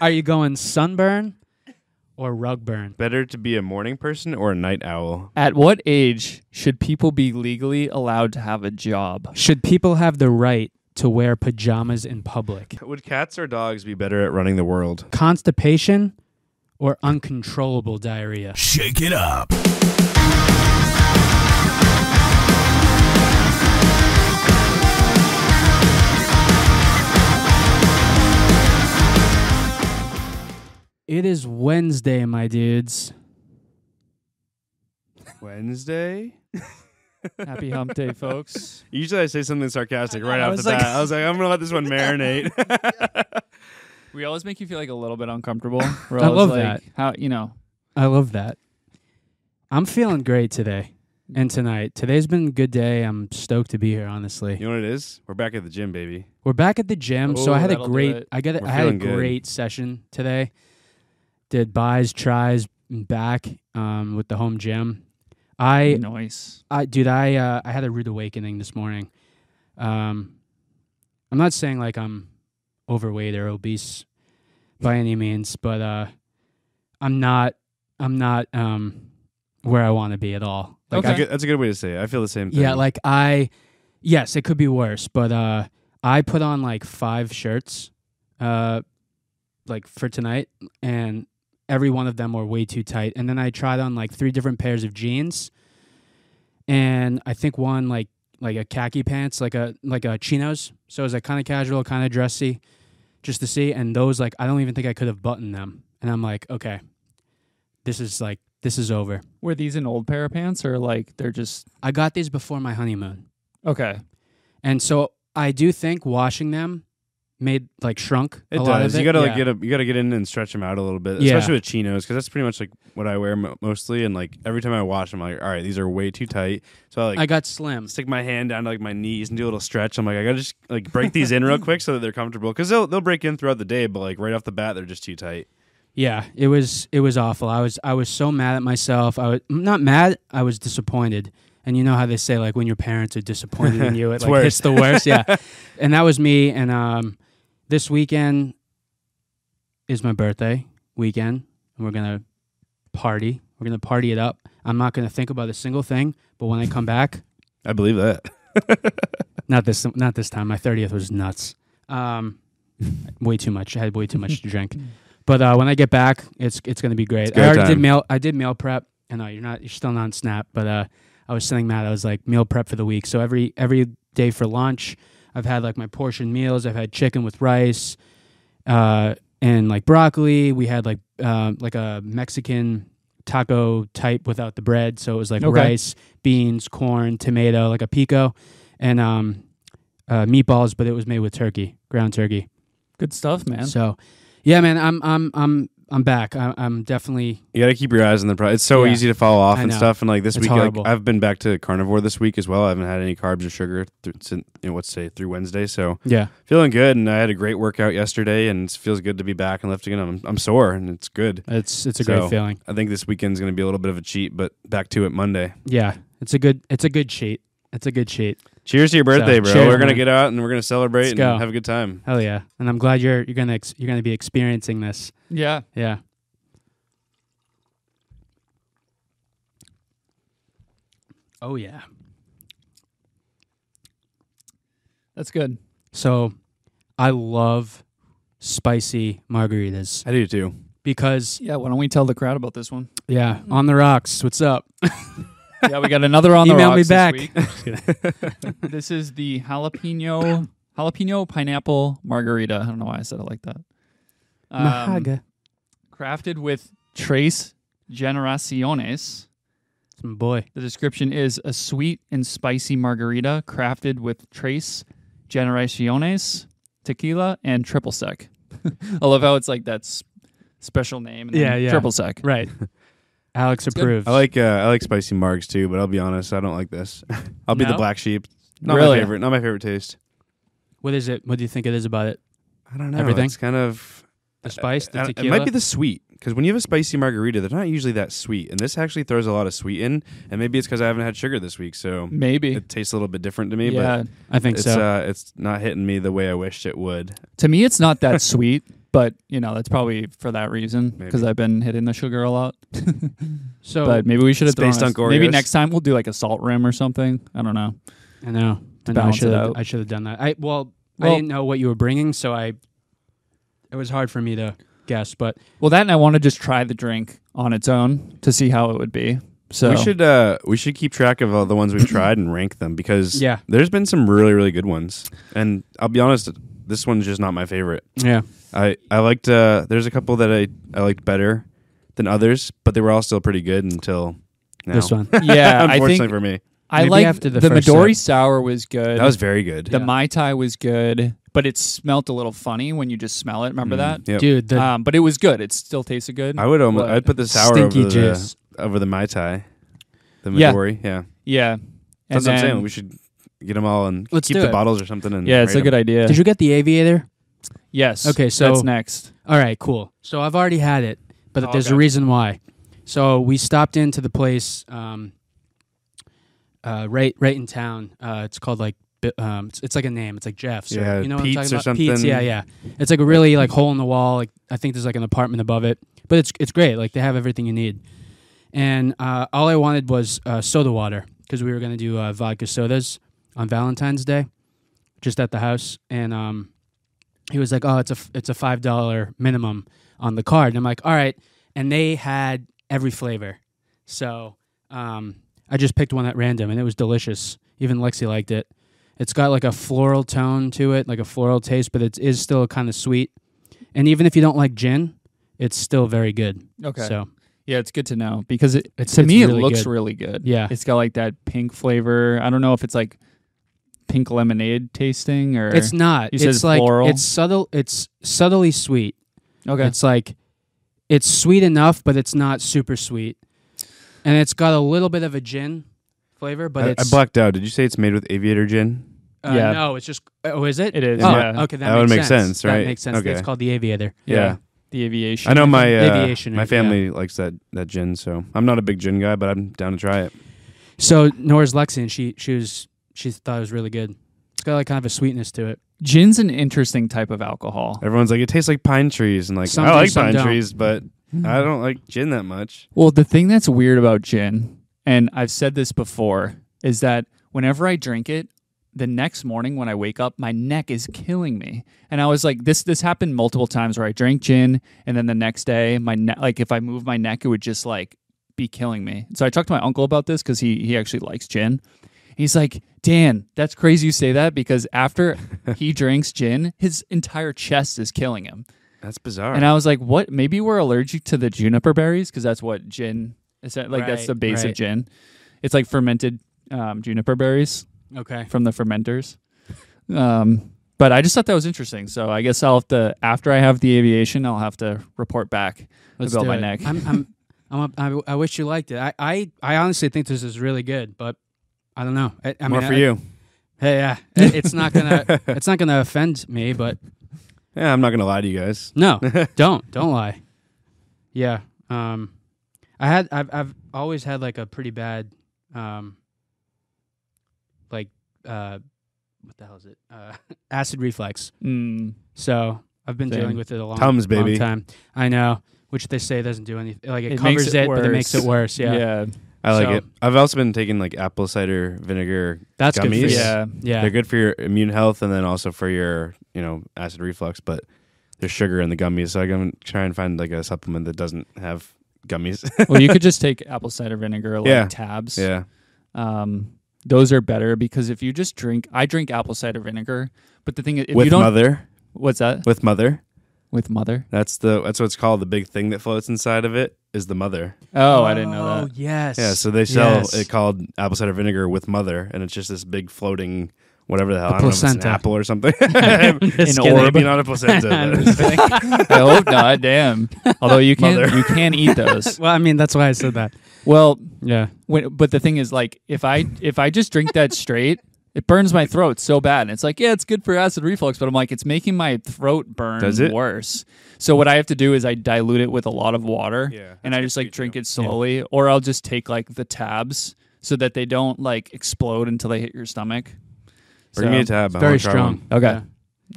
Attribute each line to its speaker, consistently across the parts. Speaker 1: Are you going sunburn or rug burn?
Speaker 2: Better to be a morning person or a night owl?
Speaker 3: At what age should people be legally allowed to have a job?
Speaker 1: Should people have the right to wear pajamas in public?
Speaker 2: Would cats or dogs be better at running the world?
Speaker 1: Constipation or uncontrollable diarrhea?
Speaker 4: Shake it up.
Speaker 1: It is Wednesday, my dudes.
Speaker 2: Wednesday?
Speaker 3: Happy hump day, folks.
Speaker 2: Usually I say something sarcastic right
Speaker 3: I
Speaker 2: off the
Speaker 3: was like-
Speaker 2: bat. I was like, I'm gonna let this one marinate.
Speaker 3: We always make you feel like a little bit uncomfortable. We're
Speaker 1: I
Speaker 3: always
Speaker 1: love
Speaker 3: like, How you know?
Speaker 1: I love that. I'm feeling great today and tonight. Today's been a good day. I'm stoked to be here, honestly.
Speaker 2: you know what it is? We're back at the gym, baby.
Speaker 1: We're back at the gym, so
Speaker 3: Oh,
Speaker 1: I had a
Speaker 3: that'll do
Speaker 1: great
Speaker 3: it.
Speaker 1: I got a,
Speaker 2: We're
Speaker 1: I had a
Speaker 2: feeling good.
Speaker 1: great session today. Did buys, tries, and back um, with the home gym. I
Speaker 3: Noise.
Speaker 1: I dude, I uh, I had a rude awakening this morning. Um, I'm not saying like I'm overweight or obese by any means, but uh, I'm not I'm not um where I want to be at all. Like
Speaker 2: That's,
Speaker 1: I-
Speaker 2: a good, that's a good way to say it. I feel the same thing.
Speaker 1: yeah, like I yes, it could be worse, but uh I put on like five shirts uh like for tonight and every one of them were way too tight. And then I tried on like three different pairs of jeans and I think one like like a khaki pants, like a like a chinos. So it was like kind of casual, kind of dressy just to see and those like I don't even think I could have buttoned them. And I'm like, okay. This is like this is over.
Speaker 3: Were these an old pair of pants or like they're just
Speaker 1: I got these before my honeymoon.
Speaker 3: okay?
Speaker 1: And so I do think washing them made like shrunk
Speaker 2: it
Speaker 1: a
Speaker 2: does.
Speaker 1: lot of it.
Speaker 2: you gotta like
Speaker 1: Yeah.
Speaker 2: get up. You gotta get in and stretch them out a little bit,
Speaker 1: Yeah.
Speaker 2: especially with chinos, because that's pretty much like what I wear mo- mostly. And like every time I wash them, I'm like, all right, these are way too tight. So I like
Speaker 1: I got slim.
Speaker 2: stick my hand down to like my knees and do a little stretch. I'm like, I gotta just like break these in real quick so that they're comfortable because they'll they'll break in throughout the day, but like right off the bat, they're just too tight.
Speaker 1: Yeah, it was it was awful. I was I was so mad at myself. I was mm, not mad. I was disappointed. And you know how they say like when your parents are disappointed in you, it
Speaker 2: It's
Speaker 1: like
Speaker 2: worse.
Speaker 1: hits the worst. Yeah, and that was me. And um, this weekend is my birthday weekend, and we're gonna party. We're gonna party it up. I'm not gonna think about a single thing. But when I come back,
Speaker 2: I believe that.
Speaker 1: Not this. Not this time. My thirtieth was nuts. Um, way too much. I had way too much to drink. But uh, when I get back, it's it's gonna be great.
Speaker 2: It's a
Speaker 1: I
Speaker 2: good
Speaker 1: already did
Speaker 2: time.
Speaker 1: meal. I did meal prep. I know you're not. You're still not on Snap. But uh, I was sending Matt. I was like meal prep for the week. So every every day for lunch, I've had like my portion meals. I've had chicken with rice, uh, and like broccoli. We had like um like a Mexican taco type without the bread. So it was like
Speaker 3: Okay.
Speaker 1: rice, beans, corn, tomato, like a pico, and um, uh, meatballs. But it was made with turkey, ground turkey.
Speaker 3: Good stuff, man.
Speaker 1: So, yeah, man, I'm I'm I'm I'm back. I'm, I'm definitely
Speaker 2: You gotta keep your eyes on the prize. It's so
Speaker 1: Yeah.
Speaker 2: easy to fall off
Speaker 1: I
Speaker 2: and
Speaker 1: know.
Speaker 2: stuff. And like this
Speaker 1: It's
Speaker 2: week, like,
Speaker 1: horrible.
Speaker 2: I've been back to carnivore this week as well. I haven't had any carbs or sugar through, since you know, what's today through Wednesday. So
Speaker 1: yeah.
Speaker 2: feeling good, and I had a great workout yesterday, and it feels good to be back and lifting. And I'm I'm sore, and it's good.
Speaker 1: It's it's a
Speaker 2: So-
Speaker 1: great feeling.
Speaker 2: I think this weekend's gonna be a little bit of a cheat, but back to it Monday.
Speaker 1: Yeah, it's a good it's a good sheet. It's a good sheet.
Speaker 2: Cheers to your birthday, bro.
Speaker 1: cheers,
Speaker 2: we're gonna
Speaker 1: man.
Speaker 2: get out and we're gonna celebrate
Speaker 1: Let's
Speaker 2: and
Speaker 1: go.
Speaker 2: have a good time.
Speaker 1: Hell yeah! And I'm glad you're you're gonna ex- you're gonna be experiencing this.
Speaker 3: yeah.
Speaker 1: Yeah. Oh yeah.
Speaker 3: That's good.
Speaker 1: So, I love spicy margaritas
Speaker 2: I do too.
Speaker 1: because
Speaker 3: Yeah, why don't we tell the crowd about this one?
Speaker 1: yeah, on the rocks. What's up?
Speaker 3: Yeah, we got another Mm-hmm. on the
Speaker 1: Email
Speaker 3: rocks
Speaker 1: me
Speaker 3: this
Speaker 1: back.
Speaker 3: week. this is the jalapeno jalapeno pineapple margarita. I don't know why I said it like that. Um,
Speaker 1: Mahaga.
Speaker 3: crafted with Trace Generaciones.
Speaker 1: It's my boy.
Speaker 3: The description is a sweet and spicy margarita crafted with Trace Generaciones tequila and triple sec. I love how it's like that s- special name. And then
Speaker 1: Yeah, yeah.
Speaker 3: Triple sec.
Speaker 1: Right. Alex
Speaker 3: good.
Speaker 1: approves.
Speaker 2: I like uh, I like spicy margs too, but I'll be honest, I don't like this. I'll be
Speaker 3: No?
Speaker 2: the black sheep. Not
Speaker 3: Really?
Speaker 2: my favorite. Not my favorite taste.
Speaker 1: What is it? What do you think it is about it?
Speaker 2: I don't know.
Speaker 1: Everything?
Speaker 2: It's kind of
Speaker 3: Uh,
Speaker 1: The spice, the
Speaker 2: I-
Speaker 1: tequila.
Speaker 2: It might be the sweet because when you have a spicy margarita, they're not usually that sweet, and this actually throws a lot of sweet in. And maybe it's because I haven't had sugar this week, so
Speaker 3: Maybe.
Speaker 2: it tastes a little bit different to me.
Speaker 3: yeah.
Speaker 1: Mm, I think
Speaker 2: But it's
Speaker 1: so.
Speaker 2: uh, it's not hitting me the way I wished it would.
Speaker 3: To me, it's not that sweet, But you know that's probably for that reason because
Speaker 2: Maybe.
Speaker 3: I've been hitting the sugar a lot.
Speaker 1: So
Speaker 3: but maybe we should have thrown
Speaker 2: Spaced
Speaker 3: a-
Speaker 2: on Oreos.
Speaker 3: maybe next time we'll do like a salt rim or something. I don't know.
Speaker 1: I know. I, know I
Speaker 3: balance it
Speaker 1: should have.
Speaker 3: out.
Speaker 1: I should have done that. I well, I
Speaker 3: Well-
Speaker 1: didn't know what you were bringing, so I. It was hard for me to guess, but
Speaker 3: Well, that and I want to just try the drink on its own to see how it would be. So
Speaker 2: We should uh we should keep track of all the ones we've tried and rank them because
Speaker 1: Yeah.
Speaker 2: there's been some really really good ones. And I'll be honest, this one's just not my favorite.
Speaker 1: yeah,
Speaker 2: I I liked uh there's a couple that I I liked better than others, but they were all still pretty good until now.
Speaker 1: this one.
Speaker 3: yeah, I
Speaker 2: Unfortunately
Speaker 3: think
Speaker 2: for me,
Speaker 3: I
Speaker 1: Maybe
Speaker 3: like
Speaker 1: after
Speaker 3: the,
Speaker 1: the first
Speaker 3: Midori sour was good.
Speaker 2: that was very good.
Speaker 3: the
Speaker 1: Yeah.
Speaker 3: Mai Tai was good, but it smelt a little funny when you just smell it.
Speaker 1: Mm.
Speaker 3: Remember that?
Speaker 2: Yep.
Speaker 1: Dude, the
Speaker 3: Um, but it was good. It still tasted good.
Speaker 2: I would almost
Speaker 3: What?
Speaker 2: I'd put the sour
Speaker 1: stinky
Speaker 2: over the,
Speaker 1: juice.
Speaker 2: over the mai tai, the
Speaker 3: Yeah.
Speaker 2: Midori. Yeah,
Speaker 3: yeah.
Speaker 2: that's
Speaker 3: And
Speaker 2: what I'm
Speaker 3: then-
Speaker 2: saying. We should get them all and
Speaker 1: Let's
Speaker 2: keep
Speaker 1: do
Speaker 2: the
Speaker 1: it.
Speaker 2: bottles or something. And
Speaker 3: yeah, it's a
Speaker 2: rate
Speaker 3: good
Speaker 2: 'em.
Speaker 3: idea.
Speaker 1: Did you get the aviator?
Speaker 3: yes.
Speaker 1: Okay, so-
Speaker 3: that's next.
Speaker 1: All right, cool. So I've already had it, but
Speaker 3: Oh,
Speaker 1: there's
Speaker 3: okay.
Speaker 1: a reason why. So we stopped into the place, um, uh, right, right in town. Uh, it's called like, Bi- um, it's, it's like a name. It's like Jeff's. or-
Speaker 2: Yeah,
Speaker 1: you know
Speaker 2: Pete's
Speaker 1: what I'm
Speaker 2: or
Speaker 1: talking about? Pete's,
Speaker 2: something.
Speaker 1: yeah, yeah. It's like a really like hole in the wall. Like I think there's like an apartment above it, but it's it's great. Like they have everything you need. And uh, all I wanted was uh, soda water because we were gonna do uh, vodka sodas on Valentine's Day, just at the house. And um, he was like, "Oh, it's a f- it's a five dollar minimum on the card." And I'm like, "All right." And they had every flavor, so um, I just picked one at random, and it was delicious. Even Lexi liked it. It's got like a floral tone to it, like a floral taste, but it is still kind of sweet. And even if you don't like gin, it's still very good.
Speaker 3: Okay.
Speaker 1: So
Speaker 3: Yeah, it's good to know because it
Speaker 1: It's-
Speaker 3: to
Speaker 1: it's
Speaker 3: me it
Speaker 1: really
Speaker 3: looks
Speaker 1: good.
Speaker 3: really good.
Speaker 1: Yeah.
Speaker 3: it's got like that pink flavor. I don't know if it's like pink lemonade tasting or
Speaker 1: it's not.
Speaker 3: You said
Speaker 1: it's like
Speaker 3: floral?
Speaker 1: it's subtle. It's subtly sweet.
Speaker 3: okay.
Speaker 1: It's like it's sweet enough, but it's not super sweet, and it's got a little bit of a gin flavor, but
Speaker 2: I, I
Speaker 1: it's
Speaker 2: blacked out. Did you say it's made with aviator gin?
Speaker 1: uh,
Speaker 3: Yeah.
Speaker 1: no, it's just oh, is it?
Speaker 3: It is,
Speaker 1: Oh,
Speaker 2: yeah.
Speaker 1: okay, that,
Speaker 2: That would
Speaker 1: makes
Speaker 2: make sense, right?
Speaker 1: That makes sense.
Speaker 2: Okay.
Speaker 1: It's called the Aviator.
Speaker 3: Yeah.
Speaker 2: Yeah.
Speaker 3: the aviation.
Speaker 2: I know my uh,
Speaker 1: Aviation or-
Speaker 2: my family likes that that gin, so I'm not a big gin guy, but I'm down to try it.
Speaker 1: So Nora's Lexi, and she she was she thought it was really good. It's got like kind of a sweetness to it.
Speaker 3: Gin's an interesting type of alcohol.
Speaker 2: Everyone's like, it tastes like pine trees, and like
Speaker 1: Some
Speaker 2: I
Speaker 1: do,
Speaker 2: like
Speaker 1: some
Speaker 2: pine
Speaker 1: don't. Mm-hmm.
Speaker 2: trees, but I don't like gin that much.
Speaker 3: Well, the thing that's weird about gin, and I've said this before, is that whenever I drink it, the next morning when I wake up, my neck is killing me. And I was like, this this happened multiple times where I drank gin, and then the next day, my neck, like if I move my neck, it would just like be killing me. So I talked to my uncle about this because he he actually likes gin. He's like, Dan, that's crazy you say that because after he drinks gin, his entire chest is killing him.
Speaker 2: That's bizarre.
Speaker 3: And I was like, what? Maybe we're allergic to the juniper berries because that's what gin is. That, like, that's
Speaker 1: Right,
Speaker 3: the base of
Speaker 1: right.
Speaker 3: gin. It's like fermented um, juniper berries
Speaker 1: Okay.
Speaker 3: from the fermenters. Um, but I just thought that was interesting. So I guess I'll have to, after I have the aviation, I'll have to report back about
Speaker 1: do
Speaker 3: my
Speaker 1: it.
Speaker 3: neck.
Speaker 1: I'm, I'm, I'm up- I, I wish you liked it. I, I, I honestly think this is really good, but I don't know. I, I
Speaker 2: More
Speaker 1: mean,
Speaker 2: for
Speaker 1: I-
Speaker 2: you.
Speaker 1: Hey, yeah, It- it's not gonna, it's not gonna offend me, but
Speaker 2: Yeah, I'm not gonna lie to you guys.
Speaker 1: no, don't, don't lie. Yeah, um, I had, I've, I've always had like a pretty bad, um, like, uh, what the hell is it? Uh, acid reflux.
Speaker 3: Mm,
Speaker 1: So I've been
Speaker 3: Same.
Speaker 1: dealing with it a long,
Speaker 2: Tums,
Speaker 1: long
Speaker 2: baby.
Speaker 1: time. I know, which they say doesn't do anything. Like it,
Speaker 3: It makes
Speaker 1: covers
Speaker 3: it
Speaker 1: it, but it makes it worse.
Speaker 3: worse.
Speaker 1: Yeah,
Speaker 3: yeah.
Speaker 2: I like
Speaker 1: So-
Speaker 2: it. I've also been taking like apple cider vinegar.
Speaker 1: that's good. For
Speaker 2: Gummies?
Speaker 1: you.
Speaker 3: Yeah.
Speaker 1: yeah.
Speaker 2: They're good for your immune health and then also for your you know acid reflux, but there's sugar in the gummies, so I'm gonna try and find like a supplement that doesn't have gummies.
Speaker 3: well, you could just take apple cider vinegar, like
Speaker 2: Yeah.
Speaker 3: tabs.
Speaker 2: yeah,
Speaker 3: Um, those are better because if you just drink, I drink apple cider vinegar, but the thing is, if you
Speaker 2: with
Speaker 3: don't,
Speaker 2: mother,
Speaker 3: what's that?
Speaker 2: with mother.
Speaker 3: With mother.
Speaker 2: That's the that's what's called. The big thing that floats inside of it is the mother.
Speaker 3: Oh, I didn't know
Speaker 1: Oh,
Speaker 3: that.
Speaker 1: yes.
Speaker 2: Yeah, so they sell
Speaker 1: Yes.
Speaker 2: it called apple cider vinegar with mother, and it's just this big floating whatever the hell.
Speaker 1: A
Speaker 2: I don't know if it's an
Speaker 1: placenta.
Speaker 2: apple or something.
Speaker 1: Just
Speaker 3: An
Speaker 1: kidding.
Speaker 3: orb.
Speaker 2: Maybe not a placenta. but-
Speaker 3: oh no, damn. Although you can
Speaker 2: Mother.
Speaker 3: you can eat those.
Speaker 1: Well, I mean, that's why I said that.
Speaker 3: Well,
Speaker 1: Yeah.
Speaker 3: when, but the thing is, like, if I if I just drink that straight, it burns my throat so bad. And it's like, yeah, it's good for acid reflux, but I'm like, it's making my throat burn
Speaker 2: Does it?
Speaker 3: worse. So what I have to do is I dilute it with a lot of water,
Speaker 2: Yeah,
Speaker 3: and
Speaker 2: that's
Speaker 3: I
Speaker 2: good
Speaker 3: just
Speaker 2: for
Speaker 3: like
Speaker 2: you,
Speaker 3: drink it slowly, or I'll just take like the tabs so that they don't like explode until they hit your stomach.
Speaker 2: Bring
Speaker 3: So-
Speaker 2: me a tab. I wanna
Speaker 1: Very
Speaker 2: try
Speaker 1: strong.
Speaker 2: one.
Speaker 3: Okay.
Speaker 1: Yeah.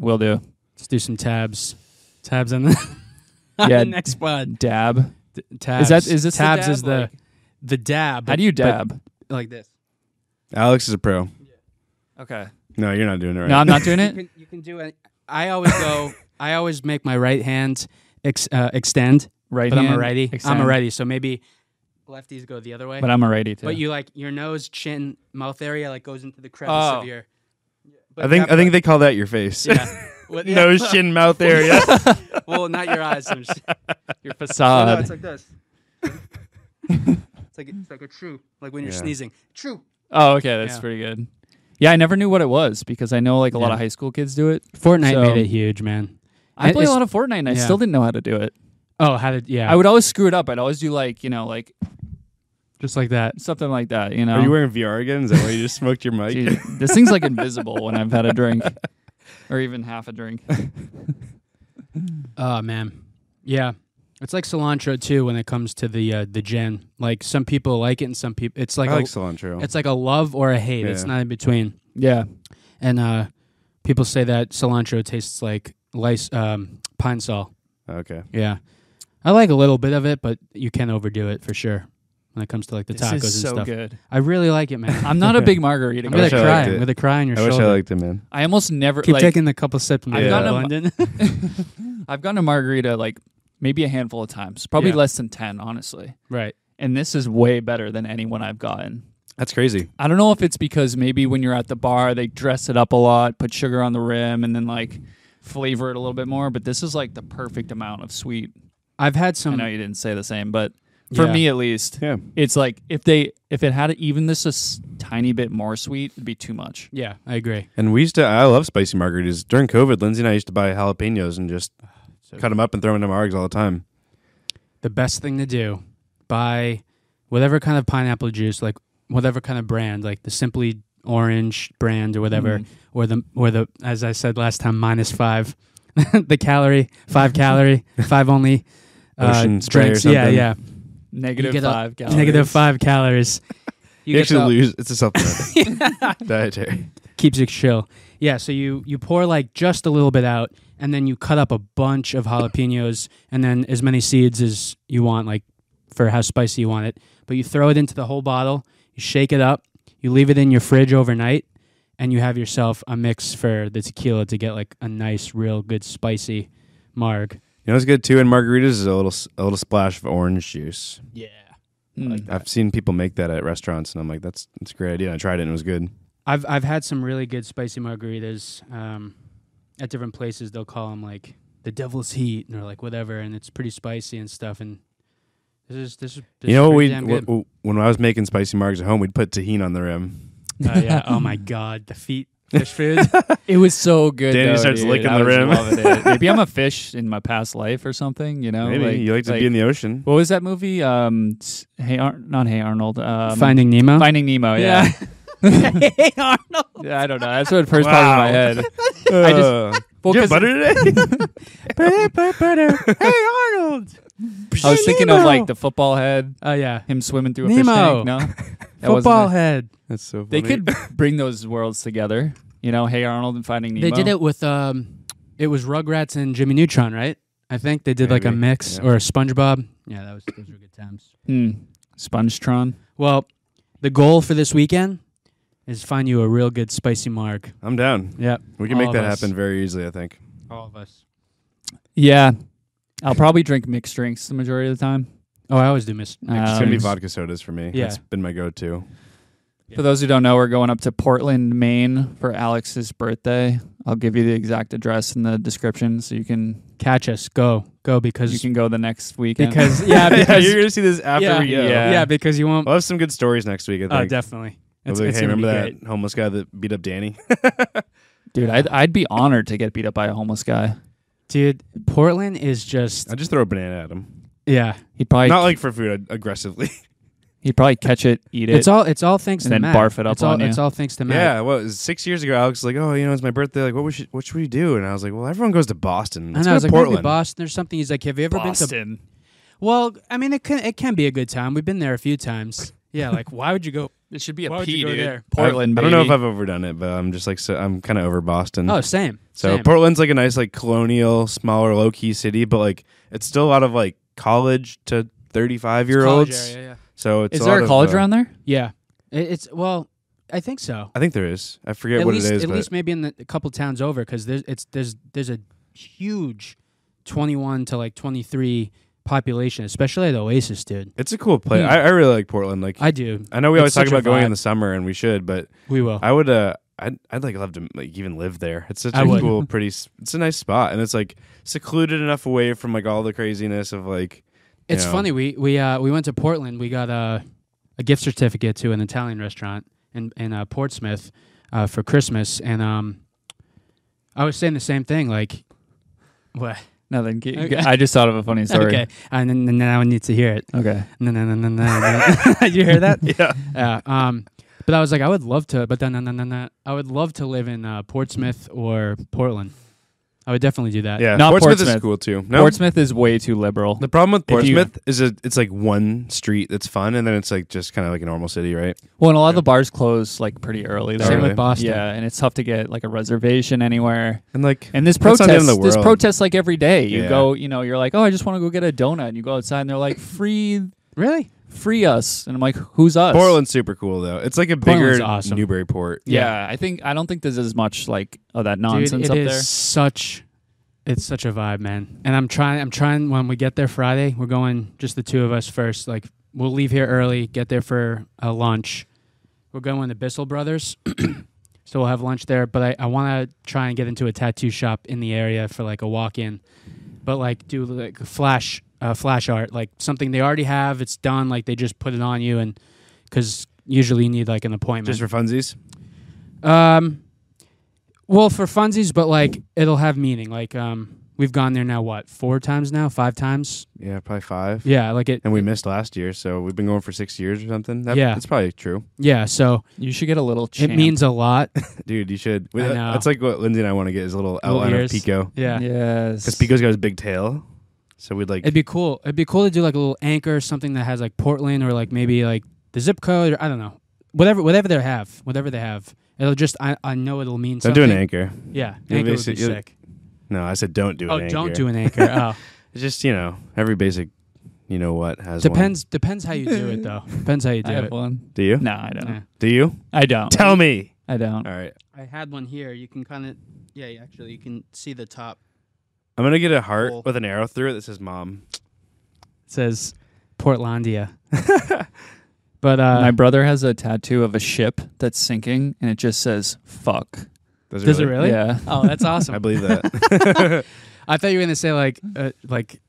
Speaker 3: Will do.
Speaker 1: Let's do some tabs. Tabs on the, on
Speaker 3: Yeah.
Speaker 1: the next pod.
Speaker 3: Dab.
Speaker 1: D- tabs.
Speaker 3: Is that is this the
Speaker 1: tabs
Speaker 3: dab?
Speaker 1: is the
Speaker 3: Like,
Speaker 1: the dab?
Speaker 3: how do you
Speaker 1: but-
Speaker 3: dab?
Speaker 1: but like this?
Speaker 2: Alex is a pro.
Speaker 3: okay.
Speaker 2: No, you're not doing it right.
Speaker 3: No, I'm not doing
Speaker 1: You
Speaker 3: it.
Speaker 1: can, you can do it. I always go. I always make my right hand ex, uh, extend,
Speaker 3: Right.
Speaker 1: but I'm a
Speaker 3: hand,
Speaker 1: righty. I'm
Speaker 3: extend.
Speaker 1: a righty, so maybe lefties go the other way.
Speaker 3: But I'm a righty too.
Speaker 1: But you like your nose, chin, mouth area like goes into the crevice
Speaker 3: Oh.
Speaker 1: of your.
Speaker 2: I think I think they call that your face.
Speaker 1: yeah. Well, yeah.
Speaker 2: Nose, chin, mouth area.
Speaker 1: well, not your eyes. I'm just- your
Speaker 3: facade.
Speaker 1: No, no, it's like this. it's like it's like a true, like when you're
Speaker 2: Yeah.
Speaker 1: sneezing. True.
Speaker 3: oh, okay. That's
Speaker 1: Yeah.
Speaker 3: pretty good. Yeah, I never knew what it was because I know like a lot
Speaker 1: Yeah.
Speaker 3: of high school kids do it.
Speaker 1: Fortnite
Speaker 3: So-
Speaker 1: made it huge, man.
Speaker 3: I
Speaker 1: And
Speaker 3: play a
Speaker 1: it's-
Speaker 3: lot of Fortnite and I
Speaker 1: yeah.
Speaker 3: still didn't know how to do it.
Speaker 1: Oh, how did yeah?
Speaker 3: I would always screw it up. I'd always do like, you know, like
Speaker 1: just like that.
Speaker 3: something like that, you know.
Speaker 2: Are you wearing VR again? Is that why you just smoked your mic?
Speaker 3: Dude, this thing's like invisible when I've had a drink or even half a drink.
Speaker 1: Oh man, yeah. It's like cilantro too when it comes to the uh, the gen. Like some people like it, and some people it's like,
Speaker 2: I like
Speaker 1: a,
Speaker 2: cilantro.
Speaker 1: it's like a love or a hate. It's
Speaker 2: Yeah.
Speaker 1: not in between.
Speaker 3: Yeah.
Speaker 1: And uh, people say that cilantro tastes like lice, um, pine sol.
Speaker 2: okay.
Speaker 1: Yeah, I like a little bit of it, but you can overdo it for sure when it comes to like the tacos
Speaker 3: this is
Speaker 1: and
Speaker 3: so
Speaker 1: stuff.
Speaker 3: good.
Speaker 1: I really like it, man.
Speaker 3: I'm not a big margarita
Speaker 1: I'm
Speaker 2: I
Speaker 3: guy.
Speaker 1: gonna
Speaker 2: wish I
Speaker 1: cry.
Speaker 2: liked
Speaker 1: I'm
Speaker 2: it.
Speaker 1: gonna cry on your
Speaker 2: I wish
Speaker 1: shoulder.
Speaker 2: I liked it, man.
Speaker 3: I almost never
Speaker 1: Keep
Speaker 3: like
Speaker 1: taking the couple sips.
Speaker 3: I've
Speaker 1: yeah.
Speaker 3: got a-
Speaker 1: London.
Speaker 3: I've gotten a margarita like maybe a handful of times, probably
Speaker 1: Yeah.
Speaker 3: less than 10, honestly.
Speaker 1: right.
Speaker 3: And this is way better than anyone I've gotten.
Speaker 2: That's crazy.
Speaker 3: I don't know if it's because maybe when you're at the bar, they dress it up a lot, put sugar on the rim, and then like flavor it a little bit more. But this is like the perfect amount of sweet.
Speaker 1: I've had
Speaker 3: I
Speaker 1: some.
Speaker 3: know you didn't say the same, but for
Speaker 1: Yeah.
Speaker 3: me at least,
Speaker 2: Hmm. Yeah.
Speaker 3: it's like if they if it had even this a s- tiny bit more sweet, it'd be too much.
Speaker 1: Yeah, I agree.
Speaker 2: And we used to. I love spicy margaritas. During COVID, Lindsay and I used to buy jalapenos and just
Speaker 1: So
Speaker 2: cut them up and throw them into margs all the time.
Speaker 1: the best thing to do buy whatever kind of pineapple juice like whatever kind of brand like the simply orange brand or whatever
Speaker 3: Mhm.
Speaker 1: or the or the as i said last time minus five the calorie five calorie five only uh,
Speaker 2: Ocean spray or
Speaker 1: drinks. yeah
Speaker 2: something.
Speaker 1: yeah
Speaker 3: Negative
Speaker 1: get a-
Speaker 3: five calories.
Speaker 1: negative five calories
Speaker 2: You,
Speaker 1: get
Speaker 2: actually
Speaker 1: the-
Speaker 2: lose. It's a supplement. Dietary.
Speaker 1: keeps it chill yeah so you you pour like just a little bit out and then you cut up a bunch of jalapenos and then as many seeds as you want like for how spicy you want it but you throw it into the whole bottle you shake it up you leave it in your fridge overnight and you have yourself a mix for the tequila to get like a nice real good spicy marg
Speaker 2: You know what's good too in margaritas is a little s- a little splash of orange juice.
Speaker 1: yeah
Speaker 3: Mm.
Speaker 2: I've seen people make that at restaurants, and I'm like, that's that's a great idea. I tried it and it was good.
Speaker 1: i've i've had some really good spicy margaritas um at different places they'll call them like the devil's heat or like whatever and it's pretty spicy and stuff and this is this is this
Speaker 2: you know
Speaker 1: is
Speaker 2: what we
Speaker 1: pretty damn good.
Speaker 2: w- when I was making spicy margs at home, we'd put tahini on the rim.
Speaker 1: Oh, yeah. Oh my God, the feet, fish food.
Speaker 3: It was so good.
Speaker 2: Danny
Speaker 3: though,
Speaker 2: starts
Speaker 3: dude.
Speaker 2: licking
Speaker 3: I
Speaker 2: the
Speaker 3: was
Speaker 2: rim.
Speaker 3: loving it. Maybe I'm a fish in my past life or something. You know,
Speaker 1: Oh,
Speaker 2: Maybe you like to be in the ocean.
Speaker 3: What was that movie? Um, s- Hey, Ar- not Hey Arnold. Um,
Speaker 1: Finding Nemo.
Speaker 3: Finding Nemo. Yeah.
Speaker 1: hey Arnold.
Speaker 3: Yeah, I don't know. That's what first popped in my
Speaker 2: Wow.
Speaker 3: head.
Speaker 2: I
Speaker 3: just-
Speaker 2: just Uh, you
Speaker 3: Well, 'cause
Speaker 2: have butter today.
Speaker 1: hey Arnold.
Speaker 3: I was thinking of like the football head,
Speaker 1: Oh yeah.
Speaker 3: him swimming through a
Speaker 1: Nemo.
Speaker 3: fish tank. No, That wasn't
Speaker 1: Football
Speaker 3: it.
Speaker 1: head.
Speaker 2: that's so. Funny.
Speaker 3: They could bring those worlds together. You know, Hey Arnold and Finding Nemo.
Speaker 1: They did it with um, it was Rugrats and Jimmy Neutron, right? I think they did like a
Speaker 2: Maybe,
Speaker 1: mix
Speaker 2: yeah.
Speaker 1: or a SpongeBob. Yeah, that was those were good times.
Speaker 3: Hmm. SpongeTron.
Speaker 1: Well, the goal for this weekend is find you a real good spicy marg.
Speaker 2: I'm down.
Speaker 1: Yep.
Speaker 2: We can
Speaker 1: All
Speaker 2: make
Speaker 1: of
Speaker 2: that
Speaker 1: us.
Speaker 2: happen very easily. I think.
Speaker 1: All of us.
Speaker 3: Yeah, I'll probably drink mixed drinks the majority of the time.
Speaker 1: Oh, I always do miss.
Speaker 2: It's
Speaker 3: Um,
Speaker 2: gonna be vodka sodas for me.
Speaker 1: Yeah.
Speaker 2: That's been my go-to.
Speaker 3: For those who don't know, we're going up to Portland, Maine for Alex's birthday. I'll give you the exact address in the description so you can
Speaker 1: Catch us. Go. Go
Speaker 3: you
Speaker 1: because
Speaker 3: can go the next weekend.
Speaker 1: because yeah because
Speaker 2: you're gonna see this after
Speaker 1: yeah,
Speaker 2: we go.
Speaker 1: yeah.
Speaker 3: Yeah.
Speaker 1: because you won't.
Speaker 2: We'll have some good stories next week. I
Speaker 1: Oh,
Speaker 2: think.
Speaker 1: definitely.
Speaker 2: We'll
Speaker 1: It's,
Speaker 2: be like,
Speaker 1: it's
Speaker 2: hey,
Speaker 1: gonna be
Speaker 2: remember that
Speaker 1: great.
Speaker 2: homeless guy that beat up Danny?
Speaker 3: Dude, I'd, I'd be honored to get beat up by a homeless guy.
Speaker 1: dude? Portland is just
Speaker 2: I just throw a banana at him.
Speaker 1: yeah.
Speaker 3: He'd probably
Speaker 2: Not like for food, I'd- aggressively.
Speaker 3: he'd probably catch it, eat it.
Speaker 1: It's all it's all thanks
Speaker 3: and
Speaker 1: to
Speaker 3: then
Speaker 1: Matt.
Speaker 3: barf it up
Speaker 1: it's all,
Speaker 3: on you.
Speaker 1: It's all thanks to Matt.
Speaker 2: Yeah, well, it was six years ago, Alex was like, "Oh, you know, it's my birthday. Like, what we should, what should we do?" And I was like, "Well, everyone goes to Boston.
Speaker 1: I
Speaker 2: Let's
Speaker 1: know. I
Speaker 2: go
Speaker 1: was
Speaker 2: to
Speaker 1: like,
Speaker 2: Portland."
Speaker 1: maybe Boston or something. He's like, have you ever been to?
Speaker 3: Boston.
Speaker 1: Well, I mean, it can it can be a good time. We've been there a few times. Yeah, like why would you go?
Speaker 3: It should be a
Speaker 1: Why
Speaker 3: P,
Speaker 1: would you go
Speaker 3: dude.
Speaker 1: there?
Speaker 3: Portland,
Speaker 2: I don't know if
Speaker 3: baby.
Speaker 2: I've overdone it, but I'm just like so I'm kind of over Boston.
Speaker 1: Oh, same.
Speaker 2: so
Speaker 1: same.
Speaker 2: Portland's like a nice like colonial, smaller, low key city, but like it's still a lot of like college to 35 year
Speaker 1: College
Speaker 2: olds.
Speaker 1: area,
Speaker 2: So it's
Speaker 3: Is there
Speaker 2: lot
Speaker 3: a
Speaker 2: of,
Speaker 3: college
Speaker 2: uh,
Speaker 3: around there?
Speaker 1: yeah, yeah. It, it's well, I think so.
Speaker 2: I think there is. I forget
Speaker 1: at
Speaker 2: what
Speaker 1: least,
Speaker 2: it is,
Speaker 1: at
Speaker 2: but
Speaker 1: least maybe in the, a couple towns over, because there's it's there's there's a huge twenty-one to like twenty-three population, especially at Oasis, dude.
Speaker 2: it's a cool place.
Speaker 1: Hmm.
Speaker 2: I, I really like Portland. Like
Speaker 1: I do.
Speaker 2: I know we always
Speaker 1: It's
Speaker 2: talk
Speaker 1: such a
Speaker 2: about going in
Speaker 1: vibe.
Speaker 2: the summer, and we should, but
Speaker 1: We will.
Speaker 2: I would. Uh, I'd, I'd like love to like even live there. It's such a
Speaker 1: I would.
Speaker 2: cool, pretty. s- It's a nice spot, and it's like secluded enough away from like all the craziness of like. you
Speaker 1: It's
Speaker 2: know.
Speaker 1: funny. We we uh we went to Portland. We got a a gift certificate to an Italian restaurant in in uh, Portsmouth uh, for Christmas, and um, I was saying the same thing. Like, what?
Speaker 3: Nothing. G-
Speaker 1: Okay.
Speaker 3: I just thought of a funny story.
Speaker 1: Okay, and then then now I need to hear it.
Speaker 3: Okay.
Speaker 1: No no no no no. no. you hear that?
Speaker 2: Yeah,
Speaker 1: Yeah. Um, but I was like, I would love to, but then no no no no. I would love to live in uh, Portsmouth or Portland. I would definitely do that.
Speaker 2: yeah.
Speaker 3: Not
Speaker 2: Portsmouth,
Speaker 3: Portsmouth.
Speaker 2: is cool too. No,
Speaker 3: Portsmouth is way too liberal.
Speaker 2: the problem with
Speaker 3: If you-
Speaker 2: Portsmouth is it, it's like one street that's fun, and then it's like just kind of like a normal city, right?
Speaker 3: Well, and a lot of the bars close like pretty early.
Speaker 2: Oh,
Speaker 1: Same
Speaker 3: there.
Speaker 2: really?
Speaker 1: with Boston.
Speaker 3: Yeah, and it's tough to get like a reservation anywhere.
Speaker 2: And like
Speaker 3: And this
Speaker 2: That's not the end
Speaker 3: protest,
Speaker 2: of the
Speaker 3: this
Speaker 2: world.
Speaker 3: protest, like every day, you
Speaker 2: Yeah.
Speaker 3: go, you know, you're like, oh, I just want to go get a donut, and you go outside, and they're like, free,
Speaker 1: Really?
Speaker 3: free us, and I'm like, who's us?
Speaker 2: Portland's super cool though. It's like a
Speaker 1: Portland's
Speaker 2: bigger
Speaker 1: awesome.
Speaker 2: Newburyport.
Speaker 3: Yeah, I think I don't think there's as much like oh that nonsense
Speaker 1: Dude, it
Speaker 3: up
Speaker 1: is
Speaker 3: there.
Speaker 1: such it's such a vibe, man. And I'm trying I'm trying when we get there Friday, we're going just the two of us first. Like we'll leave here early, get there for a lunch. We're going to Bissell Brothers. so we'll have lunch there. But I, I wanna try and get into a tattoo shop in the area for like a walk in. But like do like flash uh, flash art, like something they already have, it's done, like they just put it on you and because usually you need like an appointment.
Speaker 2: Just for funsies.
Speaker 1: Um, well, for funsies, but like it'll have meaning. Like, um, we've gone there now. What four times now? Five times?
Speaker 2: Yeah, probably five.
Speaker 1: Yeah, like it.
Speaker 2: And we missed last year, so we've been going for six years or something. That,
Speaker 1: Yeah.
Speaker 2: that's probably true,
Speaker 1: Yeah, so
Speaker 3: You should get a little. Champ.
Speaker 1: it means a lot.
Speaker 2: dude. You should. uh,
Speaker 1: I know.
Speaker 2: That's like what Lindsay and I want to get is a little outline
Speaker 1: ears.
Speaker 2: of Pico.
Speaker 1: yeah.
Speaker 3: yes,
Speaker 2: Because Pico's got his big tail. So we'd like
Speaker 1: it'd be cool. It'd be cool to do like a little anchor, or something that has like Portland or like maybe like the zip code or I don't know, whatever, whatever they have, whatever they have. It'll just I, I know it'll mean
Speaker 2: don't
Speaker 1: something.
Speaker 2: do an anchor.
Speaker 1: Yeah,
Speaker 2: You'll
Speaker 1: anchor would be
Speaker 2: basi- you'll-
Speaker 1: sick.
Speaker 2: No, I said don't do
Speaker 1: Oh,
Speaker 2: an anchor.
Speaker 1: don't do an anchor. Oh,
Speaker 2: It's just you know every basic, you know what has one.
Speaker 1: depends depends how you do it though. Depends how you
Speaker 3: I
Speaker 1: do
Speaker 3: have
Speaker 1: it.
Speaker 3: one.
Speaker 2: Do you?
Speaker 3: No, I don't.
Speaker 1: Yeah.
Speaker 2: Do you?
Speaker 3: I don't.
Speaker 2: Tell me.
Speaker 3: I don't.
Speaker 2: All right,
Speaker 1: I had one here. You can kind of yeah, you actually you can see the top.
Speaker 2: I'm gonna get a heart
Speaker 1: Cool.
Speaker 2: with an arrow through it that says "Mom."
Speaker 1: It says Portlandia. but uh
Speaker 3: My brother has a tattoo of a ship that's sinking, and it just says "fuck."
Speaker 2: Does,
Speaker 1: does it really?
Speaker 3: Yeah.
Speaker 1: Oh, that's awesome.
Speaker 2: I
Speaker 1: I,
Speaker 2: believe that.
Speaker 1: thought you were gonna say like uh, like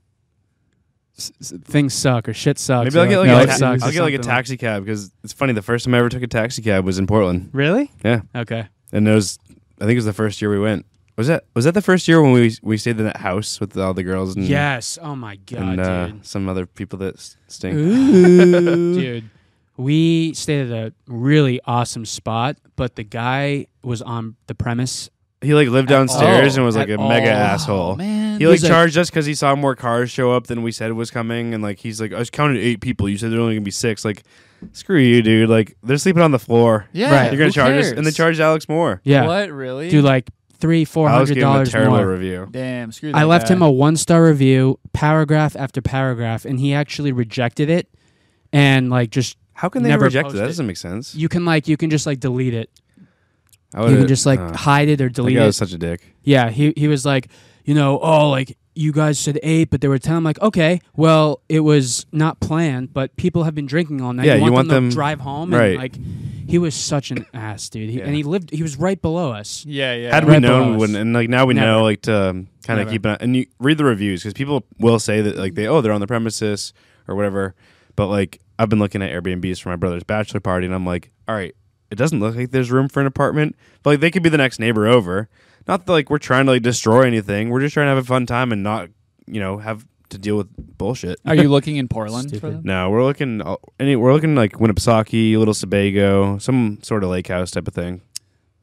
Speaker 1: s- s- things suck or shit sucks.
Speaker 2: Maybe I'll
Speaker 1: or,
Speaker 2: get like
Speaker 3: No,
Speaker 2: a
Speaker 3: it
Speaker 2: ta-
Speaker 3: sucks or
Speaker 2: I'll get like a
Speaker 1: something.
Speaker 2: taxi cab because it's funny. The first time I ever took a taxi cab was in Portland,
Speaker 1: Really?
Speaker 2: Yeah.
Speaker 1: Okay.
Speaker 2: and it was I think it was the first year we went. Was that was that the first year when we we stayed in that house with all the girls and
Speaker 1: Yes. Oh my god,
Speaker 2: Mm-hmm. and uh, some other people that s-
Speaker 1: dude.
Speaker 2: stink.
Speaker 1: Ooh. dude. We stayed at a really awesome spot, but the guy was on the premise.
Speaker 2: He like lived
Speaker 1: At
Speaker 2: downstairs
Speaker 1: all.
Speaker 2: and was like
Speaker 1: At
Speaker 2: a mega
Speaker 1: all.
Speaker 2: asshole.
Speaker 3: Oh, man.
Speaker 2: He like
Speaker 1: He's like-
Speaker 2: charged us because he saw more cars show up than we said was coming, and like he's like, I just counted eight people. You said there were only gonna be six. Like, screw you, dude. Like they're sleeping on the floor.
Speaker 3: yeah.
Speaker 1: Right.
Speaker 2: You're gonna
Speaker 3: who
Speaker 2: charge us,
Speaker 3: cares?
Speaker 2: and they charged Alex more.
Speaker 1: Yeah,
Speaker 3: What really?
Speaker 1: do like three, four
Speaker 2: Alex
Speaker 1: hundred
Speaker 2: gave him a
Speaker 1: dollars
Speaker 2: terrible
Speaker 1: more.
Speaker 2: review.
Speaker 3: Damn. Screw that.
Speaker 1: I left
Speaker 3: guy.
Speaker 1: him a one star review, paragraph after paragraph, and he actually rejected it. And like, just
Speaker 2: How can they
Speaker 1: Never
Speaker 2: reject it? That
Speaker 1: posted.
Speaker 2: doesn't make sense.
Speaker 1: you can like you can just like delete it.
Speaker 2: I
Speaker 1: you
Speaker 2: would've-
Speaker 1: can just like
Speaker 2: uh,
Speaker 1: hide it or
Speaker 2: that
Speaker 1: delete
Speaker 2: guy
Speaker 1: it.
Speaker 2: was such a dick.
Speaker 1: yeah, he he was like, you know, oh like you guys said eight, but there were ten. I'm like, okay, well it was not planned, but people have been drinking all night.
Speaker 2: Yeah,
Speaker 1: you
Speaker 2: you
Speaker 1: want,
Speaker 2: want
Speaker 1: them,
Speaker 2: them-
Speaker 1: to drive home,
Speaker 2: right.
Speaker 1: And, like he was such an ass, dude. He,
Speaker 2: Yeah.
Speaker 1: And he lived. He was right below us.
Speaker 3: Yeah. Yeah.
Speaker 2: Had we
Speaker 1: Right
Speaker 2: known,
Speaker 1: below
Speaker 2: we wouldn't.
Speaker 1: us.
Speaker 2: And like now we
Speaker 1: Never.
Speaker 2: know, like to kind of
Speaker 1: Never.
Speaker 2: keep an eye. And you read the reviews because people will say that like they oh they're on the premises or whatever. But like I've been looking at Airbnbs for my brother's bachelor party, and I'm like, all right, it doesn't look like there's room for an apartment, but like they could be the next neighbor over. Not that like we're trying to like destroy anything. We're just trying to have a fun time and not you know have to deal with bullshit.
Speaker 3: Are you looking in Portland? For
Speaker 1: Stupid.
Speaker 3: them?
Speaker 2: No, we're looking uh, any we're looking like Winnipesaukee, Little Sebago, some sort of lake house type of thing.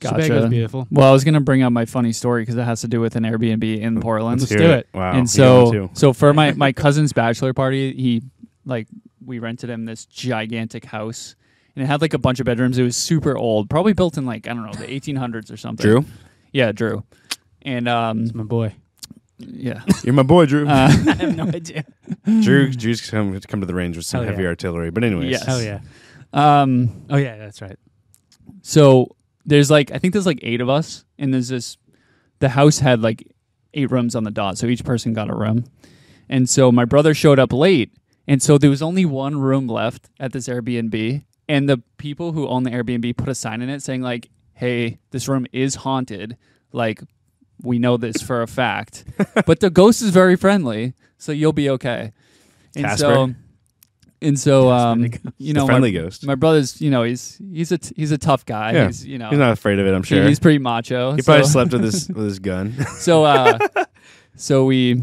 Speaker 1: Sebago's beautiful.
Speaker 3: Well, I was gonna bring up my funny story because it has to do with an Airbnb in Portland.
Speaker 1: do it.
Speaker 2: Wow.
Speaker 3: and
Speaker 2: you got one
Speaker 3: so
Speaker 2: too.
Speaker 3: so for my my cousin's bachelor party, he like we rented him this gigantic house, and it had like a bunch of bedrooms. It was super old, probably built in like I don't know the 1800s or something.
Speaker 2: Drew,
Speaker 3: yeah, Drew, and um,
Speaker 1: It's my boy.
Speaker 3: yeah,
Speaker 2: you're my boy, Drew.
Speaker 3: uh, hmm.
Speaker 1: I have no idea.
Speaker 2: Drew, Drew's come come to the range with some
Speaker 1: Hell
Speaker 2: heavy
Speaker 1: yeah.
Speaker 2: artillery. But anyways,
Speaker 3: Yes.
Speaker 1: Oh yeah.
Speaker 3: um,
Speaker 1: Oh yeah, that's right.
Speaker 3: so there's like I think there's like eight of us, and there's this. The house had like eight rooms on the dot, so each person got a room, and so my brother showed up late, and so there was only one room left at this Airbnb, and the people who own the Airbnb put a sign in it saying like, "Hey, this room is haunted," like. We know this for a fact, but the ghost is very friendly, so you'll be okay. And so,
Speaker 2: Casper.
Speaker 3: and so,
Speaker 1: Casper
Speaker 3: um,
Speaker 1: the ghost.
Speaker 3: you know,
Speaker 2: the
Speaker 3: my-
Speaker 2: friendly ghost.
Speaker 3: my brother's, you know, he's he's a t- he's a tough guy.
Speaker 2: Yeah.
Speaker 3: He's you know
Speaker 2: He's not afraid of it. I'm
Speaker 3: he-
Speaker 2: sure.
Speaker 3: he's pretty macho.
Speaker 2: he
Speaker 3: so,
Speaker 2: probably slept with his with his gun.
Speaker 3: so uh, so we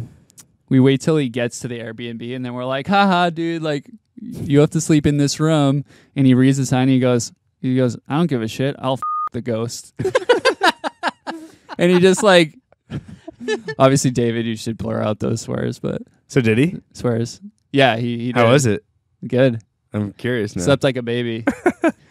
Speaker 3: we wait till he gets to the Airbnb and then we're like, haha, dude, like you have to sleep in this room. And he reads the sign. And he goes, he goes, I don't give a shit. I'll f- the ghost. and he just like, obviously, David, you should blur out those swears, but
Speaker 2: so did he?
Speaker 3: swears. Yeah, he, he did.
Speaker 2: How was it?
Speaker 3: Good.
Speaker 2: I'm curious now.
Speaker 3: Slept like a baby.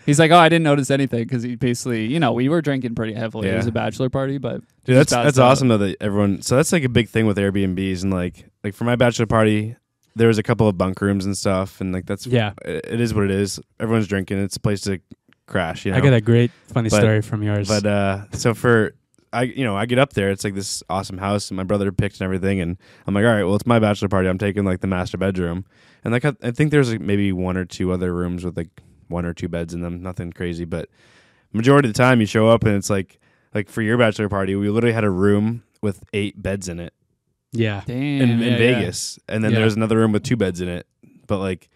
Speaker 3: He's like, oh, I didn't notice anything because he basically, you know, we were drinking pretty heavily. It was
Speaker 2: Yeah.
Speaker 3: a bachelor party, but
Speaker 2: Dude,
Speaker 3: Just
Speaker 2: that's
Speaker 3: passed
Speaker 2: that's
Speaker 3: out.
Speaker 2: awesome though that everyone. So that's like a big thing with Airbnbs and like like for my bachelor party, there was a couple of bunk rooms and stuff, and like that's
Speaker 1: Yeah.
Speaker 2: it it is what it is. Everyone's drinking. It's a place to crash. You know.
Speaker 1: I got a great funny
Speaker 2: But-
Speaker 1: story from yours.
Speaker 2: But uh, so for I, you know, I get up there. It's like this awesome house, and my brother picked and everything. And I'm like, all right, well, it's my bachelor party. I'm taking like the master bedroom, and like I, I think there's like maybe one or two other rooms with like one or two beds in them. Nothing crazy, but majority of the time you show up and it's like like for your bachelor party, we literally had a room with eight beds in it
Speaker 1: yeah.
Speaker 3: damn.
Speaker 2: in,
Speaker 3: yeah,
Speaker 2: in
Speaker 3: yeah.
Speaker 2: Vegas, and then
Speaker 1: Yeah.
Speaker 2: there was another room with two beds in it. But like,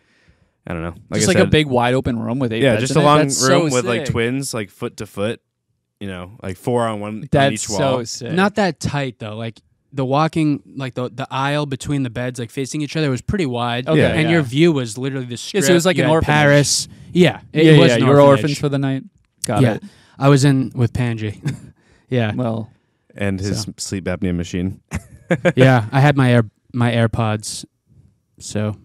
Speaker 2: I don't know, like
Speaker 3: just
Speaker 2: I
Speaker 3: like
Speaker 2: said,
Speaker 3: a big wide open room with eight
Speaker 2: yeah,
Speaker 3: beds
Speaker 2: just
Speaker 3: in
Speaker 2: a
Speaker 3: it.
Speaker 2: long room
Speaker 3: That's so
Speaker 2: with like
Speaker 3: sick.
Speaker 2: twins, like foot to foot. You know, like four on one on
Speaker 3: That's
Speaker 2: each wall.
Speaker 3: so sick.
Speaker 1: Not that tight though. Like the walking, like the the aisle between the beds, like facing each other, was pretty wide.
Speaker 3: Okay,
Speaker 2: Yeah.
Speaker 1: And
Speaker 3: yeah.
Speaker 1: your view was literally the strip.
Speaker 3: was like
Speaker 1: You
Speaker 3: an
Speaker 1: had
Speaker 3: orphanage.
Speaker 1: Paris. Yeah. It
Speaker 3: yeah,
Speaker 1: was
Speaker 3: yeah,
Speaker 1: an
Speaker 3: you were
Speaker 1: orphanage.
Speaker 3: orphans for the night. Got
Speaker 1: yeah.
Speaker 3: it.
Speaker 1: I was in with Panji. yeah.
Speaker 3: Well,
Speaker 2: and his
Speaker 1: So.
Speaker 2: sleep apnea machine.
Speaker 1: yeah. I had my air my AirPods. So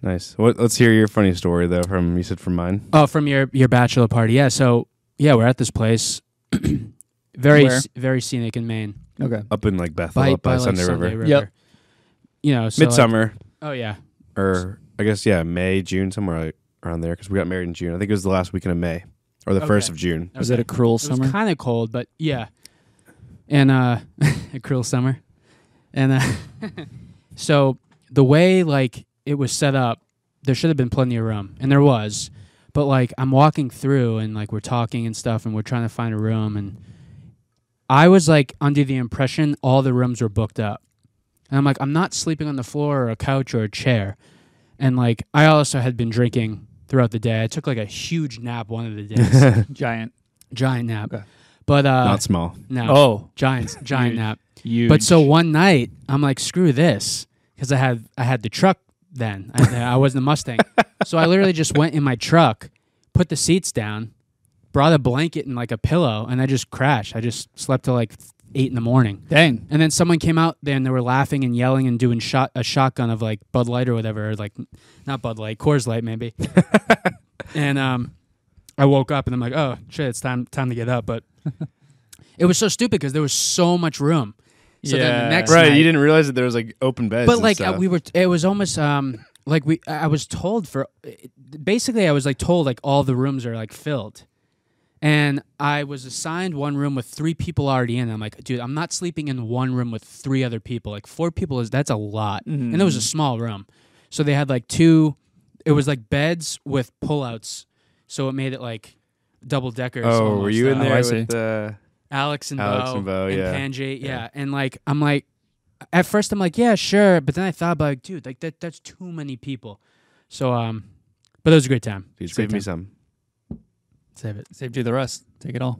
Speaker 2: Nice. What, let's hear your funny story though. From you said from mine.
Speaker 1: Oh, from your your bachelor party. Yeah. So yeah, we're at this place. very
Speaker 3: Where?
Speaker 1: s- very scenic in Maine.
Speaker 3: okay.
Speaker 2: Up in like Bethel,
Speaker 1: By,
Speaker 2: up by,
Speaker 1: by, like,
Speaker 2: Sunday River,
Speaker 3: Yep.
Speaker 1: You know, so like-
Speaker 2: midsummer,
Speaker 1: oh yeah.
Speaker 2: or I guess yeah, May, June, somewhere like, around there. Because we got married in June. I think it was the last weekend of May or the first
Speaker 1: Okay.
Speaker 2: of June.
Speaker 3: Was it a cruel
Speaker 1: It
Speaker 3: summer?
Speaker 1: was kind of cold, but yeah. And uh a cruel summer. And uh so the way like it was set up, there should have been plenty of room, and there was. But like I'm walking through and like we're talking and stuff and we're trying to find a room and I was like under the impression all the rooms were booked up. And I'm like I'm not sleeping on the floor or a couch or a chair. And like I also had been drinking throughout the day. I took like a huge nap one of the days
Speaker 3: Giant.
Speaker 1: giant nap.
Speaker 3: Okay.
Speaker 1: But uh,
Speaker 2: Not small.
Speaker 1: no,
Speaker 3: Oh,
Speaker 1: giant giant
Speaker 3: Huge.
Speaker 1: nap.
Speaker 3: you.
Speaker 1: But so one night, I'm like, screw this, because I had I had the truck then. I, I wasn't a Mustang, so I literally just went in my truck, put the seats down, brought a blanket and like a pillow, and I just crashed. I just slept till like eight in the morning.
Speaker 3: dang.
Speaker 1: And then someone came out there and they were laughing and yelling and doing shot a shotgun of like Bud Light or whatever, or like not Bud Light, Coors Light maybe. and um, I woke up and I'm like, oh shit, it's time time to get up. But it was so stupid because there was so much room. So then
Speaker 3: Yeah.
Speaker 1: the next
Speaker 2: Right.
Speaker 1: night-
Speaker 2: You didn't realize that there was like open beds.
Speaker 1: but
Speaker 2: and
Speaker 1: like uh,
Speaker 2: stuff.
Speaker 1: we were, it was almost um like we I I was told for basically I was like told like all the rooms are like filled. And I was assigned one room with three people already in. I'm like, dude, I'm not sleeping in one room with three other people. Like four people is that's a lot.
Speaker 2: Mm-hmm,
Speaker 1: And it was a small room. So they had like two it was like beds with pullouts. So it made it like double deckers.
Speaker 2: oh, were you in
Speaker 3: Oh,
Speaker 2: there
Speaker 3: I see.
Speaker 2: with uh,
Speaker 1: Alex and
Speaker 2: Alex
Speaker 1: Bo
Speaker 2: and Bo, yeah.
Speaker 1: Panji, yeah.
Speaker 2: Yeah.
Speaker 1: And like I'm like, at first I'm like, yeah, sure, but then I thought about like, dude, like that that's too many people. So um, but it was a great time.
Speaker 2: dude,
Speaker 1: It's a great
Speaker 2: save me
Speaker 1: time.
Speaker 2: some.
Speaker 1: Save it.
Speaker 3: Saved you the rest. Take it all.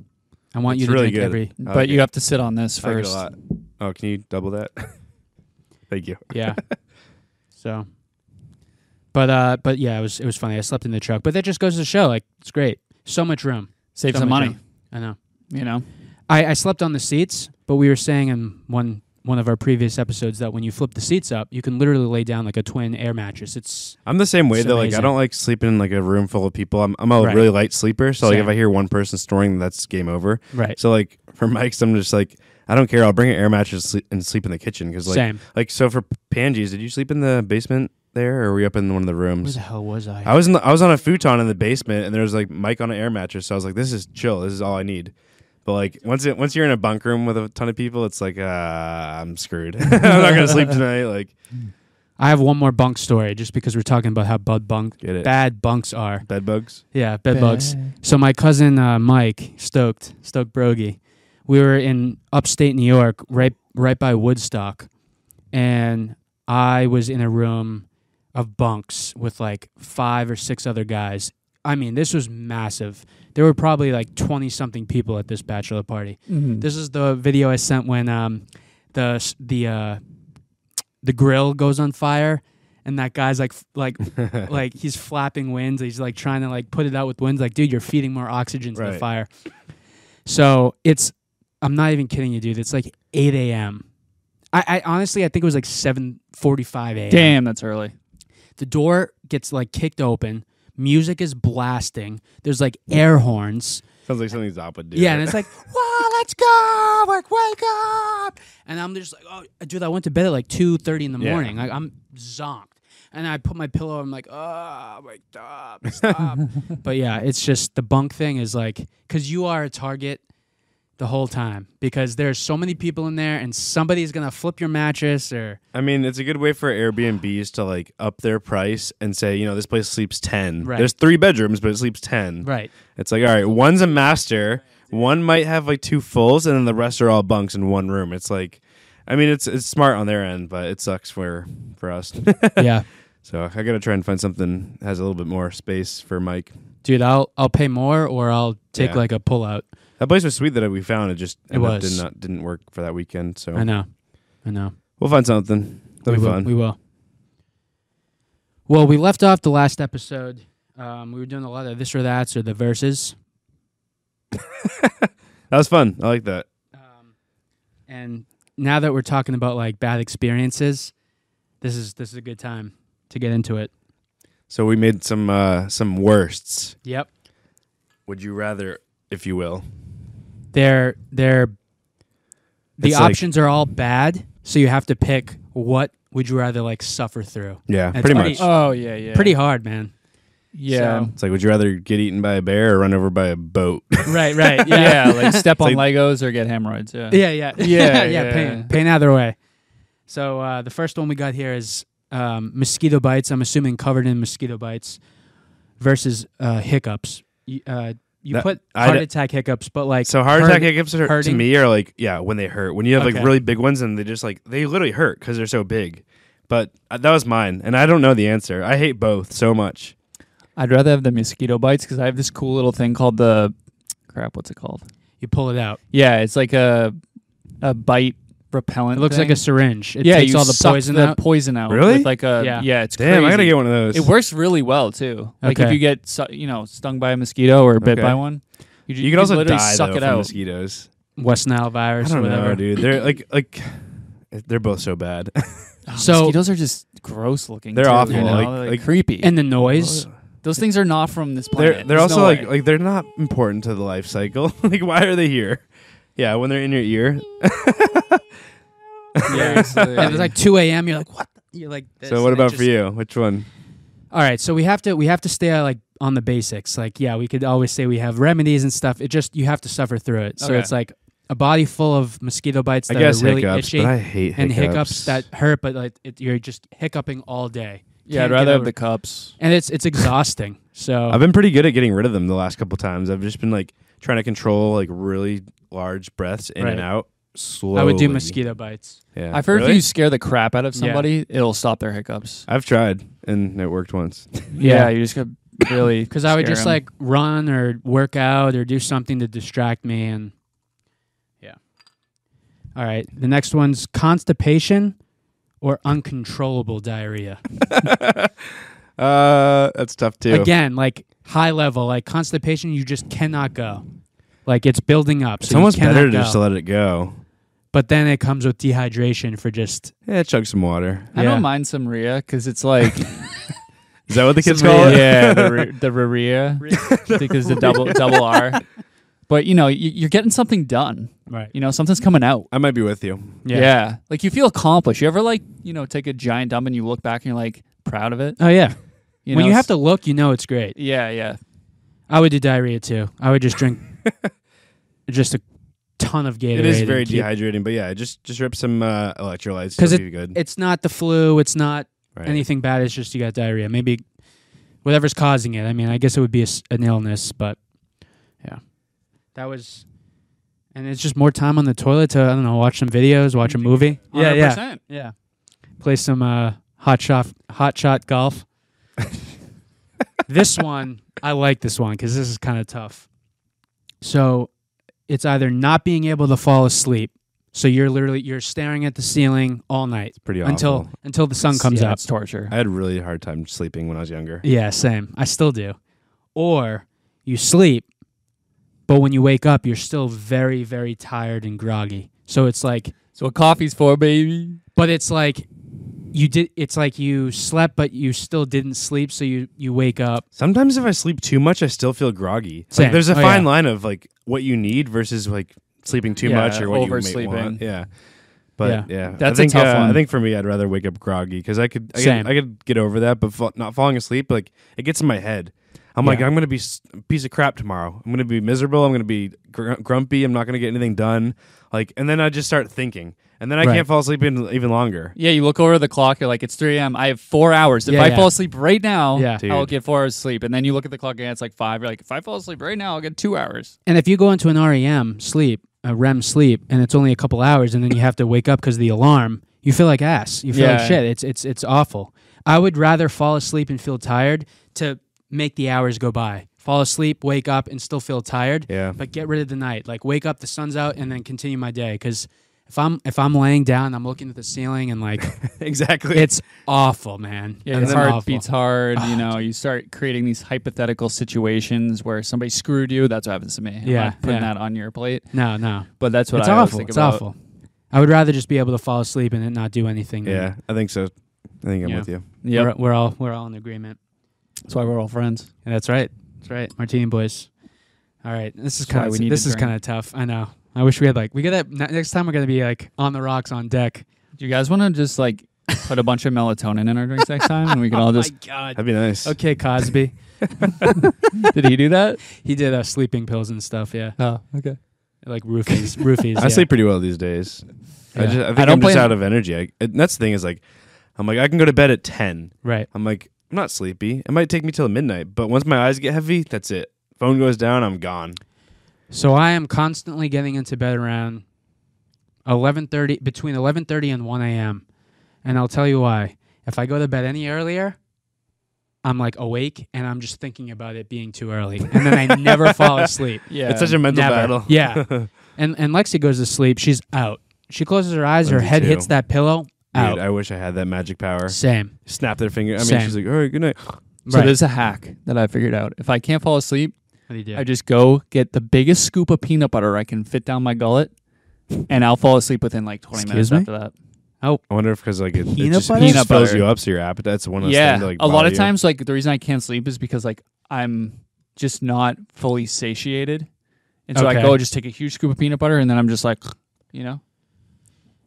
Speaker 1: I want you
Speaker 2: It's
Speaker 1: to
Speaker 2: really
Speaker 1: drink
Speaker 2: good.
Speaker 1: every.
Speaker 2: I
Speaker 3: but
Speaker 2: like
Speaker 3: you
Speaker 2: it.
Speaker 3: have to sit on this
Speaker 2: Oh, I like it
Speaker 3: first.
Speaker 2: a lot. Oh, can you double that? Thank you.
Speaker 1: Yeah. so. But uh, but yeah, it was it was funny. I slept in the truck, but that just goes to show, like it's great. So much room.
Speaker 3: Save
Speaker 1: so
Speaker 3: some
Speaker 1: much
Speaker 3: money.
Speaker 1: room. I know.
Speaker 3: You know.
Speaker 1: I, I slept on the seats, but we were staying in one one of our previous episodes that when you flip the seats up, you can literally lay down like a twin air mattress. It's
Speaker 2: I'm the same way
Speaker 1: It's
Speaker 2: though. Like I
Speaker 1: amazing.
Speaker 2: don't like sleeping in like a room full of people. I'm I'm a
Speaker 1: Right.
Speaker 2: really light sleeper, so like if
Speaker 1: Same.
Speaker 2: I hear one person snoring, that's game over.
Speaker 1: right.
Speaker 2: So like for Mike's, I'm just like I don't care. I'll bring an air mattress sleep- and sleep in the kitchen because like
Speaker 1: Same.
Speaker 2: like so for Pangees, did you sleep in the basement there, or were you up in one of the
Speaker 1: Where
Speaker 2: rooms?
Speaker 1: the hell was I?
Speaker 2: I was in the, I was on a futon in the basement, and there was like Mike on an air mattress. So I was like, this is chill. This is all I need. But like once it once you're in a bunk room with a ton of people, it's like uh, I'm screwed. I'm not gonna sleep tonight. Like
Speaker 1: I have one more bunk story just because we're talking about how bud bunk
Speaker 2: get it.
Speaker 1: bad bunks are.
Speaker 2: Bed bugs.
Speaker 1: Yeah, bed bugs. So my cousin uh, Mike Stoked, Stoked Brogy, we were in upstate New York, right right by Woodstock, and I was in a room of bunks with like five or six other guys. I mean, this was massive. There were probably like twenty something people at this bachelor party.
Speaker 2: Mm-hmm.
Speaker 1: This is the video I sent when um, the s- the uh, the grill goes on fire, and that guy's like f- like like he's flapping winds. He's like trying to like put it out with winds. Like, dude, you're feeding more oxygen to
Speaker 2: Right.
Speaker 1: the fire. So it's I'm not even kidding you, dude. It's like 8 a.m. I, I honestly I think it was like 7:45 a.m.
Speaker 3: Damn, that's early.
Speaker 1: The door gets like kicked open. Music is blasting. There's like air horns.
Speaker 2: Sounds like something Zop would do.
Speaker 1: Yeah, and it's like, wow, let's go, like, wake up. And I'm just like, oh, dude, I went to bed at like two thirty in the
Speaker 2: Yeah.
Speaker 1: morning. Like, I'm zonked. And I put my pillow. I'm like, oh, wake up, stop. but yeah, it's just the bunk thing is like, because you are a target the whole time because there's so many people in there, and somebody's gonna flip your mattress or
Speaker 2: I mean, it's a good way for Airbnbs to like up their price and say, you know, this place sleeps ten.
Speaker 1: Right.
Speaker 2: There's three bedrooms, but it sleeps ten.
Speaker 1: right.
Speaker 2: It's like, all right, one's a master, one might have like two fulls, and then the rest are all bunks in one room. It's like, I mean, it's it's smart on their end, but it sucks for for us.
Speaker 1: yeah,
Speaker 2: so I gotta try and find something that has a little bit more space for Mike.
Speaker 1: dude, I'll I'll pay more or I'll take
Speaker 2: Yeah.
Speaker 1: like a pullout.
Speaker 2: That place was sweet that we found. It just
Speaker 1: It
Speaker 2: ended up
Speaker 1: was.
Speaker 2: did not didn't work for that weekend. So
Speaker 1: I know, I know.
Speaker 2: we'll find something. That'll
Speaker 1: we
Speaker 2: be
Speaker 1: will.
Speaker 2: fun.
Speaker 1: We will. Well, we left off the last episode. Um, we were doing a lot of this or that's or the verses,
Speaker 2: that was fun. I like that.
Speaker 1: um, and now that we're talking about like bad experiences, this is this is a good time to get into it.
Speaker 2: So we made some uh some worsts.
Speaker 1: Yep,
Speaker 2: Would you rather, if you will?
Speaker 1: they're they're the
Speaker 2: It's like-
Speaker 1: options are all bad, so you have to pick what would you rather like suffer through.
Speaker 2: Yeah,
Speaker 1: It's
Speaker 2: pretty
Speaker 1: pretty-
Speaker 2: much.
Speaker 3: Oh yeah, yeah.
Speaker 1: Pretty hard, man.
Speaker 3: Yeah.
Speaker 1: So-
Speaker 2: It's like, would you rather get eaten by a bear or run over by a boat?
Speaker 1: right, right.
Speaker 3: yeah, like step on
Speaker 2: It's
Speaker 3: Legos or get hemorrhoids. Yeah.
Speaker 1: Yeah, yeah,
Speaker 3: Yeah,
Speaker 1: yeah,
Speaker 3: yeah.
Speaker 1: Pain, pain either way. So uh, the first one we got here is um, mosquito bites. I'm assuming covered in mosquito bites versus uh, hiccups. You, uh, you
Speaker 2: That-
Speaker 1: put
Speaker 2: I
Speaker 1: heart
Speaker 2: d-
Speaker 1: attack hiccups, but like
Speaker 2: so heart
Speaker 1: hurt-
Speaker 2: attack hiccups are, to
Speaker 1: hurting?
Speaker 2: me are like, yeah, when they hurt. When you have like
Speaker 1: Okay.
Speaker 2: really big ones and they just like they literally hurt because they're so big. But uh, that was mine, and I don't know the answer. I hate both so much.
Speaker 3: I'd rather have the mosquito bites because I have this cool little thing called the crap. What's it called?
Speaker 1: You pull it out.
Speaker 3: Yeah, it's like a a bite repellent.
Speaker 1: It looks like
Speaker 3: thing.
Speaker 1: a syringe. It
Speaker 3: yeah,
Speaker 1: takes
Speaker 3: you
Speaker 1: all the
Speaker 3: suck
Speaker 1: poison
Speaker 3: the
Speaker 1: out.
Speaker 3: poison out.
Speaker 2: Really?
Speaker 3: With like a yeah,
Speaker 1: Yeah.
Speaker 3: it's
Speaker 2: Damn, I gotta
Speaker 3: crazy.
Speaker 2: get one of those.
Speaker 3: It works really well too. Like if
Speaker 1: Okay.
Speaker 3: you get su- you know stung by a mosquito or bit
Speaker 2: Okay.
Speaker 3: by one, you, ju-
Speaker 2: You can also
Speaker 3: literally
Speaker 2: die
Speaker 3: suck
Speaker 2: though,
Speaker 3: it
Speaker 2: from
Speaker 3: out.
Speaker 2: mosquitoes.
Speaker 1: West Nile
Speaker 2: I
Speaker 1: virus or
Speaker 2: don't
Speaker 1: whatever.
Speaker 2: know, dude. They're like like they're both so bad.
Speaker 3: Oh,
Speaker 1: So-
Speaker 3: mosquitoes are just gross looking.
Speaker 2: They're
Speaker 3: too,
Speaker 2: awful,
Speaker 3: You know?
Speaker 2: like-
Speaker 3: They're,
Speaker 2: like-
Speaker 3: creepy.
Speaker 1: And the noise.
Speaker 3: those things are not from this planet.
Speaker 2: They're they're
Speaker 3: There's
Speaker 2: also
Speaker 3: no
Speaker 2: like
Speaker 3: way.
Speaker 2: like they're not important to the life cycle. like why are they here? Yeah, when they're in your ear.
Speaker 3: Seriously.
Speaker 1: Oh, Yeah, it's like 2 a.m. You're like, what? the-" You're like. This,
Speaker 2: So
Speaker 1: and
Speaker 2: what
Speaker 1: it
Speaker 2: about
Speaker 1: just-
Speaker 2: for you? Which one?
Speaker 1: All right, so we have to we have to stay uh, like on the basics. Like, yeah, we could always say we have remedies and stuff. It just you have to suffer through it. So
Speaker 2: Okay.
Speaker 1: it's like a body full of mosquito bites
Speaker 2: I
Speaker 1: that
Speaker 2: guess
Speaker 1: are really
Speaker 2: hiccups,
Speaker 1: itchy
Speaker 2: but I hate
Speaker 1: and
Speaker 2: hiccups.
Speaker 1: hiccups that hurt, but like it, you're just hiccuping all day.
Speaker 3: yeah, I'd
Speaker 1: Can't
Speaker 3: rather
Speaker 1: get
Speaker 3: have
Speaker 1: over-
Speaker 3: the cups.
Speaker 1: and it's it's exhausting. So
Speaker 2: I've been pretty good at getting rid of them the last couple times. I've just been like trying to control like really large breaths in and
Speaker 1: Right.
Speaker 2: out slowly.
Speaker 1: I would do mosquito bites.
Speaker 2: Yeah.
Speaker 3: I've heard
Speaker 2: Really?
Speaker 3: if you scare the crap out of
Speaker 1: Yeah.
Speaker 3: somebody, it'll stop their hiccups.
Speaker 2: I've tried and it worked once.
Speaker 3: Yeah, you just got really
Speaker 1: Because I would
Speaker 3: scare
Speaker 1: just
Speaker 3: 'em.
Speaker 1: like run or work out or do something to distract me. And yeah. All right. The next one's constipation or uncontrollable diarrhea.
Speaker 2: Uh, that's tough too.
Speaker 1: Again, like high level, like constipation, you just cannot go. Like it's building up. So
Speaker 2: it's almost
Speaker 1: you cannot
Speaker 2: better to
Speaker 1: go.
Speaker 2: just to let it go.
Speaker 1: But then it comes with dehydration for just
Speaker 2: Yeah, chug some water.
Speaker 3: I
Speaker 1: Yeah.
Speaker 3: don't mind some Ria because it's like
Speaker 2: Is that what the kids
Speaker 3: Some
Speaker 2: call
Speaker 3: Ria-
Speaker 2: it?
Speaker 3: yeah, the, Ri- the Ria because the double double R. But you know, you, you're getting something done.
Speaker 1: right.
Speaker 3: You know, something's coming out.
Speaker 2: I might be with you.
Speaker 1: Yeah.
Speaker 3: Yeah. like you feel accomplished. You ever like you know take a giant dump and you look back and you're like proud of it.
Speaker 1: Oh yeah.
Speaker 3: You
Speaker 1: when
Speaker 3: know,
Speaker 1: you have to
Speaker 3: it's-
Speaker 1: look, you know it's great.
Speaker 3: Yeah, yeah.
Speaker 1: I would do diarrhea too. I would just drink just a ton of Gatorade.
Speaker 2: It is very
Speaker 1: and keep-
Speaker 2: dehydrating, but yeah, just just rip some uh, electrolytes.
Speaker 1: 'Cause
Speaker 2: It'll be good.
Speaker 1: It's not the flu. It's not
Speaker 2: right.
Speaker 1: anything bad. It's just you got diarrhea. Maybe whatever's causing it. I mean, I guess it would be a s an illness, but yeah, that was. And it's just more time on the toilet to I don't know, watch some videos, watch a movie. Yeah, yeah,
Speaker 3: 100%.
Speaker 1: yeah. Play some uh, hot shot, hot shot golf. this one I like this one because this is kind of tough. So it's either not being able to fall asleep, so you're literally you're staring at the ceiling all night
Speaker 2: pretty awful.
Speaker 1: until until the sun comes
Speaker 3: yeah,
Speaker 1: up.
Speaker 3: It's torture.
Speaker 2: I had a really hard time sleeping when I was younger.
Speaker 1: Yeah, same. I still do. Or you sleep, but when you wake up, you're still very, very tired and groggy. So it's like,
Speaker 3: So what coffee's for, baby?
Speaker 1: but it's like you did. It's like you slept, but you still didn't sleep. So you you wake up.
Speaker 2: Sometimes if I sleep too much, I still feel groggy. Like,
Speaker 1: Same.
Speaker 2: there's a
Speaker 1: Oh,
Speaker 2: fine
Speaker 1: yeah.
Speaker 2: line of like what you need versus like sleeping too
Speaker 3: Yeah,
Speaker 2: much or what you
Speaker 3: oversleeping.
Speaker 2: may want. Yeah. But yeah,
Speaker 3: That's
Speaker 2: I
Speaker 3: a
Speaker 2: think,
Speaker 3: tough
Speaker 2: uh, I
Speaker 3: one.
Speaker 2: think for me, I'd rather wake up groggy because I could, I
Speaker 1: Same.
Speaker 2: could, I could get over that. But fa- not falling asleep, like it gets in my head. I'm like,
Speaker 1: Yeah.
Speaker 2: I'm gonna be s- a piece of crap tomorrow. I'm gonna be miserable. I'm gonna be gr- grumpy. I'm not gonna get anything done. Like, and then I just start thinking, and then I
Speaker 1: Right.
Speaker 2: can't fall asleep in, even longer.
Speaker 3: Yeah, you look over the clock. You're like, it's 3 a.m. I have four hours. If
Speaker 1: Yeah,
Speaker 3: I
Speaker 1: yeah.
Speaker 3: fall asleep right now,
Speaker 1: Yeah.
Speaker 3: I'll
Speaker 2: Dude.
Speaker 3: get four hours sleep. And then you look at the clock and it's like five. You're like, if I fall asleep right now, I'll get two hours.
Speaker 1: And if you go into an REM sleep, a REM sleep, and it's only a couple hours, and then you have to wake up because the alarm, you feel like ass. You feel like
Speaker 3: Yeah.
Speaker 1: shit. It's it's it's awful. I would rather fall asleep and feel tired to make the hours go by. Fall asleep, wake up, and still feel tired.
Speaker 2: Yeah.
Speaker 1: But get rid of the night. Like wake up, the sun's out, and then continue my day. Because if I'm if I'm laying down, I'm looking at the ceiling, and like
Speaker 2: exactly.
Speaker 1: it's awful, man.
Speaker 3: Yeah,
Speaker 1: it's
Speaker 3: your heart
Speaker 1: awful.
Speaker 3: beats hard. you know, you start creating these hypothetical situations where somebody screwed you. That's what happens to me. I'm
Speaker 1: Yeah,
Speaker 3: not putting
Speaker 1: yeah.
Speaker 3: that on your plate.
Speaker 1: No, no,
Speaker 3: But that's what
Speaker 1: it's
Speaker 3: I always
Speaker 1: awful.
Speaker 3: think
Speaker 1: It's
Speaker 3: about.
Speaker 1: awful. I would rather just be able to fall asleep and then not do anything. than-
Speaker 2: yeah, I think so. I think I'm
Speaker 1: Yeah.
Speaker 2: with you.
Speaker 3: Yeah,
Speaker 1: We're, we're all we're all in agreement.
Speaker 3: that's why we're all friends.
Speaker 1: Yeah, that's right. That's right. Martini boys. All right. This is
Speaker 3: That's why
Speaker 1: kind of
Speaker 3: we need
Speaker 1: this
Speaker 3: to
Speaker 1: is
Speaker 3: drink.
Speaker 1: kind of tough. I know. I wish we had like we got that next time we're gonna be like on the rocks on deck.
Speaker 3: Do you guys want to just like put a bunch of melatonin in our drinks next time, and we
Speaker 1: Oh
Speaker 3: can all just?
Speaker 1: god.
Speaker 2: That'd be nice.
Speaker 1: Okay, Cosby.
Speaker 3: Did he do that?
Speaker 1: he did uh, sleeping pills and stuff. Yeah,
Speaker 3: Oh, okay.
Speaker 1: like roofies. roofies.
Speaker 2: I
Speaker 1: yeah.
Speaker 2: sleep pretty well these days. I,
Speaker 1: Yeah.
Speaker 2: just, I think
Speaker 3: I
Speaker 2: I
Speaker 3: don't
Speaker 2: am just
Speaker 3: blame-
Speaker 2: out of energy. I, and that's the thing is like, I'm like I can go to bed at ten.
Speaker 1: Right.
Speaker 2: I'm like I'm not sleepy. It might take me till midnight, but once my eyes get heavy, that's it. Phone goes down, I'm gone.
Speaker 1: So I am constantly getting into bed around eleven thirty, between eleven thirty and one a.m. And I'll tell you why. If I go to bed any earlier, I'm like awake and I'm just thinking about it being too early, and then I never fall asleep.
Speaker 3: Yeah,
Speaker 2: It's such a mental
Speaker 1: Never.
Speaker 2: battle.
Speaker 1: Yeah. And and Lexi goes to sleep. She's out. She closes her eyes. her
Speaker 2: Lindsay
Speaker 1: head
Speaker 2: too.
Speaker 1: hits that pillow. Out.
Speaker 2: Dude, I wish I had that magic power.
Speaker 1: Same.
Speaker 2: Snap their finger. I mean,
Speaker 1: Same.
Speaker 2: she's like, all right, good night.
Speaker 3: So
Speaker 1: right.
Speaker 3: there's a hack that I figured out. If I can't fall asleep,
Speaker 1: What do you do?
Speaker 3: I just go get the biggest scoop of peanut butter I can fit down my gullet, and I'll fall asleep within like 20
Speaker 1: Excuse
Speaker 3: minutes
Speaker 1: me?
Speaker 3: after that.
Speaker 2: I wonder if because like it, it
Speaker 1: Peanut
Speaker 2: just,
Speaker 1: butter?
Speaker 2: it just
Speaker 3: Peanut
Speaker 2: fills
Speaker 3: butter.
Speaker 2: you up, so your appetite's one of those
Speaker 3: yeah,
Speaker 2: things. That, like,
Speaker 3: a lot
Speaker 2: bother
Speaker 3: of
Speaker 2: you.
Speaker 3: times, like the reason I can't sleep is because like I'm just not fully satiated, and so
Speaker 1: Okay.
Speaker 3: I go just take a huge scoop of peanut butter, and then I'm just like, you know,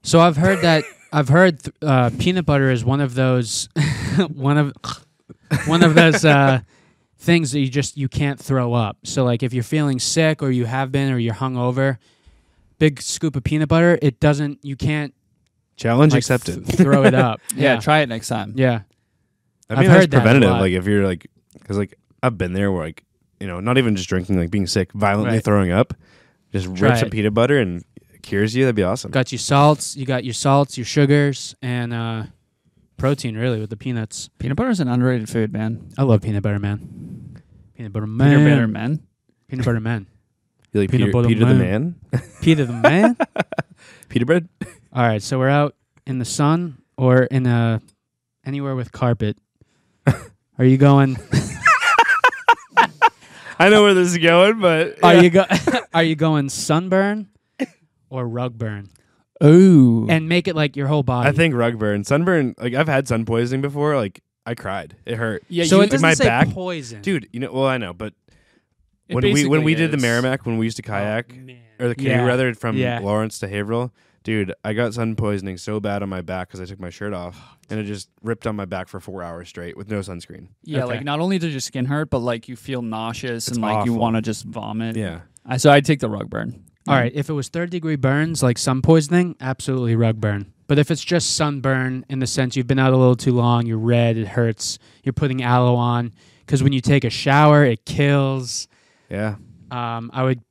Speaker 1: So I've heard that I've heard th- uh, peanut butter is one of those one of one of those uh, things that you just you can't throw up. So like if you're feeling sick or you have been or you're hungover, big scoop of peanut butter, it doesn't you can't
Speaker 2: challenge
Speaker 1: like,
Speaker 2: accepted.
Speaker 1: th- throw it up.
Speaker 3: yeah,
Speaker 1: yeah.
Speaker 3: try it next time.
Speaker 1: yeah.
Speaker 2: I
Speaker 1: I've
Speaker 2: mean, that's
Speaker 1: heard that a
Speaker 2: preventative.
Speaker 1: lot.
Speaker 2: Like if you're like, because like I've been there where like you know, not even just drinking, like being sick, violently
Speaker 1: Right.
Speaker 2: throwing up, just
Speaker 1: Try
Speaker 2: rip some
Speaker 1: it.
Speaker 2: peanut butter and it cures you. That'd be awesome.
Speaker 1: Got your salts, you got your salts, your sugars, and uh, protein really with the peanuts.
Speaker 3: Peanut butter is an underrated food, man.
Speaker 1: I love peanut butter man. Peanut butter man.
Speaker 3: Peanut butter, man.
Speaker 1: Peanut butter man.
Speaker 2: You like
Speaker 1: Peanut
Speaker 2: Peter,
Speaker 1: butter
Speaker 2: Peter the
Speaker 1: man.
Speaker 2: man,
Speaker 1: Peter the man.
Speaker 2: Peter bread.
Speaker 1: All right, so we're out in the sun or in a anywhere with carpet. Are you going?
Speaker 2: I know where this is going, but
Speaker 1: Are you go? Are you going sunburn or rug burn?
Speaker 3: Oh.
Speaker 1: and make it like your whole body.
Speaker 2: I think rug burn, sunburn. Like I've had sun poisoning before. Like I cried. It hurt.
Speaker 3: yeah,
Speaker 1: so.
Speaker 3: you-
Speaker 1: It doesn't
Speaker 2: my
Speaker 1: say
Speaker 2: back-
Speaker 1: poison,
Speaker 2: Dude, you know. Well, I know, but
Speaker 3: it
Speaker 2: when we when
Speaker 3: basically
Speaker 2: we did the
Speaker 3: is.
Speaker 2: Merrimack, when we used to
Speaker 1: Oh,
Speaker 2: kayak
Speaker 1: man.
Speaker 2: or the canoe
Speaker 1: Yeah.
Speaker 2: rather from
Speaker 1: Yeah.
Speaker 2: Lawrence to Haverhill, dude, I got sun poisoning so bad on my back because I took my shirt off
Speaker 1: Oh,
Speaker 2: and it just ripped on my back for four hours straight with no sunscreen.
Speaker 3: Yeah,
Speaker 1: Okay.
Speaker 3: like not only does your skin hurt, but like you feel nauseous
Speaker 2: It's
Speaker 3: and like you
Speaker 2: awful.
Speaker 3: want to just vomit.
Speaker 2: Yeah,
Speaker 3: I, so I take the rug burn.
Speaker 1: All right, if it was third degree burns, like sun poisoning, absolutely rug burn. But if it's just sunburn in the sense you've been out a little too long, you're red, it hurts, you're putting aloe on, because when you take a shower, it kills.
Speaker 2: yeah.
Speaker 1: Um, I would,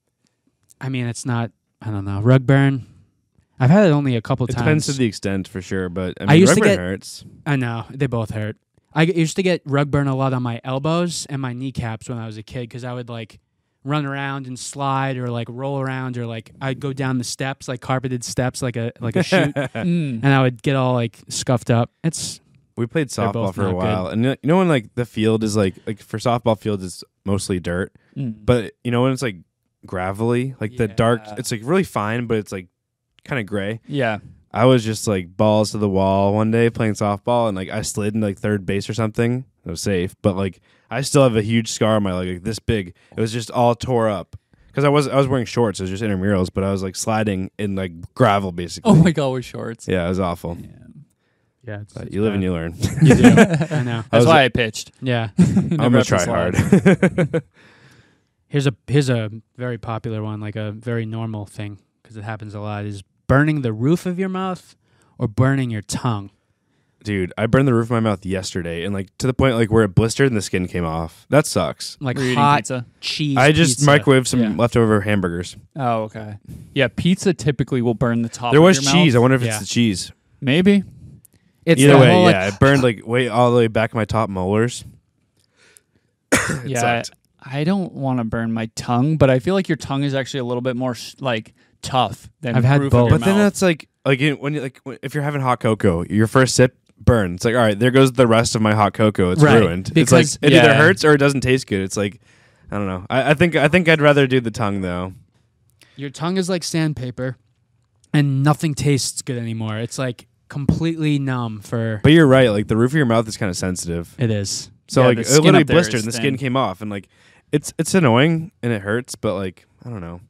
Speaker 1: I mean, it's not, I don't know, rug burn. I've had it only a couple
Speaker 2: It
Speaker 1: times.
Speaker 2: depends to the extent for sure, but I,
Speaker 1: I
Speaker 2: mean,
Speaker 1: used
Speaker 2: rug
Speaker 1: to
Speaker 2: burn
Speaker 1: get-
Speaker 2: hurts.
Speaker 1: I know, they both hurt. I g- used to get rug burn a lot on my elbows and my kneecaps when I was a kid because I would like run around and slide or like roll around or like I'd go down the steps, like carpeted steps, like a, like a chute.
Speaker 3: Mm.
Speaker 1: and I would get all like scuffed up. It's
Speaker 2: We played
Speaker 1: They're
Speaker 2: softball
Speaker 1: both
Speaker 2: for a
Speaker 1: not
Speaker 2: while, and you know- you know when like the field is like like for softball fields it's mostly dirt,
Speaker 3: Mm.
Speaker 2: but you know when it's like gravelly, like the dark,
Speaker 3: Yeah.
Speaker 2: it's like really fine, but it's like kind of gray.
Speaker 3: yeah.
Speaker 2: I was just like balls to the wall one day playing softball, and like I slid in like third base or something. It was safe, but like I still have a huge scar on my leg, like this big. It was just all tore up because I was I was wearing shorts. It was just intramurals, but I was like sliding in like gravel basically.
Speaker 3: Oh my god, with shorts.
Speaker 2: Yeah, it was awful.
Speaker 1: yeah, it's,
Speaker 2: But you live and you learn.
Speaker 1: you do. I know.
Speaker 2: I
Speaker 3: That's
Speaker 2: was-
Speaker 3: why I pitched.
Speaker 1: Yeah.
Speaker 2: I'm gonna try hard.
Speaker 1: Here's a here's a very popular one, like a very normal thing because it happens a lot. Is burning the roof of your mouth or burning your tongue?
Speaker 2: Dude, I burned the roof of my mouth yesterday, and like to the point like where it blistered and the skin came off. That sucks.
Speaker 1: Like
Speaker 3: Were you eating
Speaker 1: hot
Speaker 3: pizza?
Speaker 1: cheese.
Speaker 2: I just
Speaker 1: pizza.
Speaker 2: microwaved some
Speaker 3: Yeah.
Speaker 2: leftover hamburgers.
Speaker 3: Oh, okay. Yeah, pizza typically will burn the top.
Speaker 2: there
Speaker 3: of
Speaker 2: was
Speaker 3: your
Speaker 2: cheese. I
Speaker 3: Mouth.
Speaker 2: wonder if
Speaker 1: Yeah.
Speaker 2: it's the cheese.
Speaker 3: Maybe.
Speaker 1: It's
Speaker 2: Either
Speaker 1: the
Speaker 2: way,
Speaker 1: whole, like,
Speaker 2: yeah, it burned like way all the way back of my top molars.
Speaker 3: yeah.
Speaker 2: sucked.
Speaker 3: I, I don't want to burn my tongue, but I feel like your tongue is actually a little bit more sh- like tough than
Speaker 1: I've had
Speaker 3: roof of
Speaker 1: both.
Speaker 3: your
Speaker 2: But then
Speaker 3: mouth.
Speaker 2: that's like like you- when you like when- if you're having hot cocoa, your first sip burns. It's like all right, there goes the rest of my hot cocoa. It's
Speaker 1: Right,
Speaker 2: ruined.
Speaker 1: because-
Speaker 2: it's like it
Speaker 3: Yeah.
Speaker 2: either hurts or it doesn't taste good. It's like I don't know. I, I think I think I'd rather do the tongue though.
Speaker 1: your tongue is like sandpaper, and nothing tastes good anymore. It's like completely numb for.
Speaker 2: But you're right. Like the roof of your mouth is kind of sensitive.
Speaker 1: it is.
Speaker 2: So
Speaker 3: Yeah,
Speaker 2: like
Speaker 3: the
Speaker 2: it
Speaker 3: skin
Speaker 2: literally
Speaker 3: up there
Speaker 2: blistered
Speaker 3: is
Speaker 2: and the skin
Speaker 3: thin.
Speaker 2: came off and like it's it's annoying and it hurts, but like I don't know.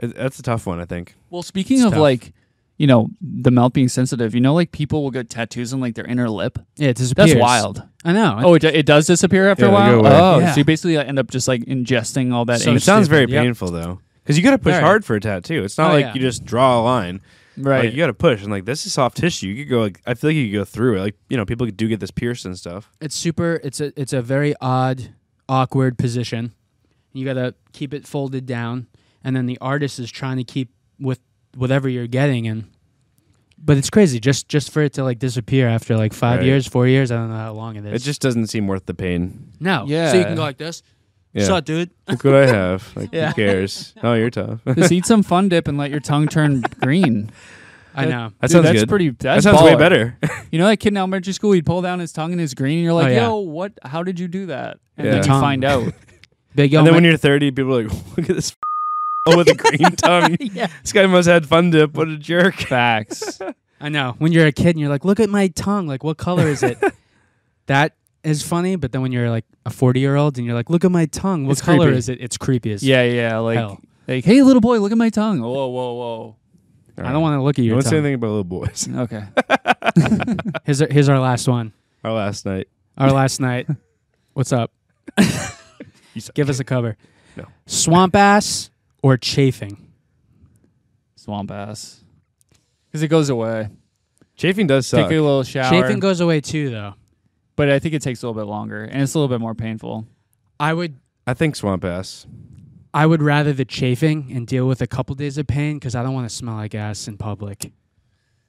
Speaker 2: It, that's a tough one, I think.
Speaker 3: Well, speaking
Speaker 1: It's
Speaker 3: of
Speaker 1: tough.
Speaker 3: like, you know, the mouth being sensitive, you know, like people will get tattoos on like their inner lip.
Speaker 1: Yeah, it disappears.
Speaker 3: That's wild.
Speaker 1: I know.
Speaker 3: Oh, it, do- it does disappear after
Speaker 2: Yeah,
Speaker 3: a
Speaker 2: they go
Speaker 3: while.
Speaker 2: away.
Speaker 3: Oh,
Speaker 1: Yeah.
Speaker 3: so you basically end up just like ingesting all that.
Speaker 1: So
Speaker 2: it
Speaker 3: ink.
Speaker 1: it's-
Speaker 2: sounds
Speaker 1: stupid,
Speaker 2: very
Speaker 1: yep.
Speaker 2: painful though. Cuz you got to push
Speaker 1: Very.
Speaker 2: hard for a tattoo. It's not
Speaker 1: Oh,
Speaker 2: like
Speaker 1: yeah.
Speaker 2: you just draw a line.
Speaker 3: right.
Speaker 2: Like you got to push and like this is soft tissue. You could go like I feel like you could go through it. Like, you know, people do get this pierced and stuff.
Speaker 1: it's super it's a it's a very odd awkward position you gotta keep it folded down and then the artist is trying to keep with whatever you're getting and but it's crazy just just for it to like disappear after like five
Speaker 2: Right.
Speaker 1: years four years i don't know how long it is
Speaker 2: It just doesn't seem worth the pain.
Speaker 1: no
Speaker 3: Yeah.
Speaker 1: so you can go like this
Speaker 2: Yeah.
Speaker 1: shut dude
Speaker 2: Look what I have. Like
Speaker 1: Yeah.
Speaker 2: who cares? Oh, you're tough. that
Speaker 3: just eat some fun dip and let your tongue turn green.
Speaker 1: i know
Speaker 3: Dude,
Speaker 2: sounds
Speaker 3: that's
Speaker 2: good.
Speaker 3: pretty.
Speaker 2: that
Speaker 3: That's
Speaker 2: sounds way
Speaker 3: baller.
Speaker 2: better.
Speaker 3: You know that kid in elementary school, he'd pull down his tongue and it's green, and you're like,
Speaker 1: Oh, yeah.
Speaker 3: "Yo, what? How did you do that?" And
Speaker 2: Yeah.
Speaker 3: then you
Speaker 1: Tongue.
Speaker 3: find out.
Speaker 1: big yo,
Speaker 2: and then
Speaker 1: my-
Speaker 2: when you're 30, people are like, look at this oh with a green tongue.
Speaker 3: yeah,
Speaker 2: This guy must have had fun dip. What a jerk.
Speaker 3: facts.
Speaker 1: i know when you're a kid and you're like look at my tongue like what color is it that is funny but then when you're like a 40 year old and you're like look at my tongue what
Speaker 3: It's
Speaker 1: color
Speaker 3: creepy.
Speaker 1: is it it's creepy as
Speaker 3: yeah, yeah. Like,
Speaker 1: Hell.
Speaker 3: like, hey, little boy, look at my tongue. Whoa, whoa,
Speaker 1: i don't want to look at
Speaker 2: You
Speaker 1: your
Speaker 2: don't say
Speaker 1: tongue
Speaker 2: anything about little boys.
Speaker 3: whoa. Okay.
Speaker 1: here's our, here's our last one
Speaker 2: Our last night.
Speaker 1: our last night. What's up?
Speaker 2: You suck.
Speaker 1: Give us a cover.
Speaker 2: No.
Speaker 1: Swamp ass or chafing?
Speaker 3: Swamp ass. Because it goes away.
Speaker 2: Chafing does suck.
Speaker 3: Take a little shower.
Speaker 1: Chafing goes away too, though.
Speaker 3: but I think it takes a little bit longer and it's a little bit more painful.
Speaker 1: I would
Speaker 2: I think swamp ass.
Speaker 1: I would rather the chafing and deal with a couple days of pain because I don't want to smell like ass in public.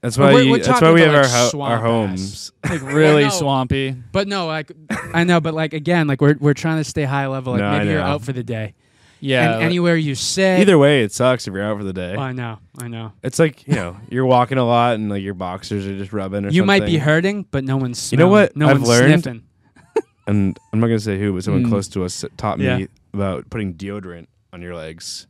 Speaker 2: That's
Speaker 1: But
Speaker 2: why,
Speaker 1: we're-
Speaker 2: you,
Speaker 1: we're
Speaker 2: that's why
Speaker 1: talking
Speaker 2: we have
Speaker 1: about, like,
Speaker 2: our, ho-
Speaker 1: swamp
Speaker 2: our
Speaker 1: ass.
Speaker 2: homes.
Speaker 3: Like really
Speaker 1: no.
Speaker 3: swampy.
Speaker 1: But no, like I know, but like again, like we're we're trying to stay high level. Like
Speaker 2: No, I
Speaker 1: maybe you're
Speaker 2: know.
Speaker 1: out for the day,
Speaker 3: Yeah.
Speaker 1: and
Speaker 3: like-
Speaker 1: anywhere you sit,
Speaker 2: Either way, it sucks if you're out for the day.
Speaker 1: Oh, I know, I know.
Speaker 2: It's like, you know, you're walking a lot and like your boxers are just rubbing or
Speaker 1: You might be
Speaker 2: something.
Speaker 1: hurting, but no one's.
Speaker 2: You know
Speaker 1: smelling.
Speaker 2: what
Speaker 1: No
Speaker 2: I've
Speaker 1: one's
Speaker 2: learned?
Speaker 1: sniffing.
Speaker 2: And I'm not going to say who, but someone
Speaker 3: Mm.
Speaker 2: close to us taught me
Speaker 1: Yeah.
Speaker 2: about putting deodorant on your legs.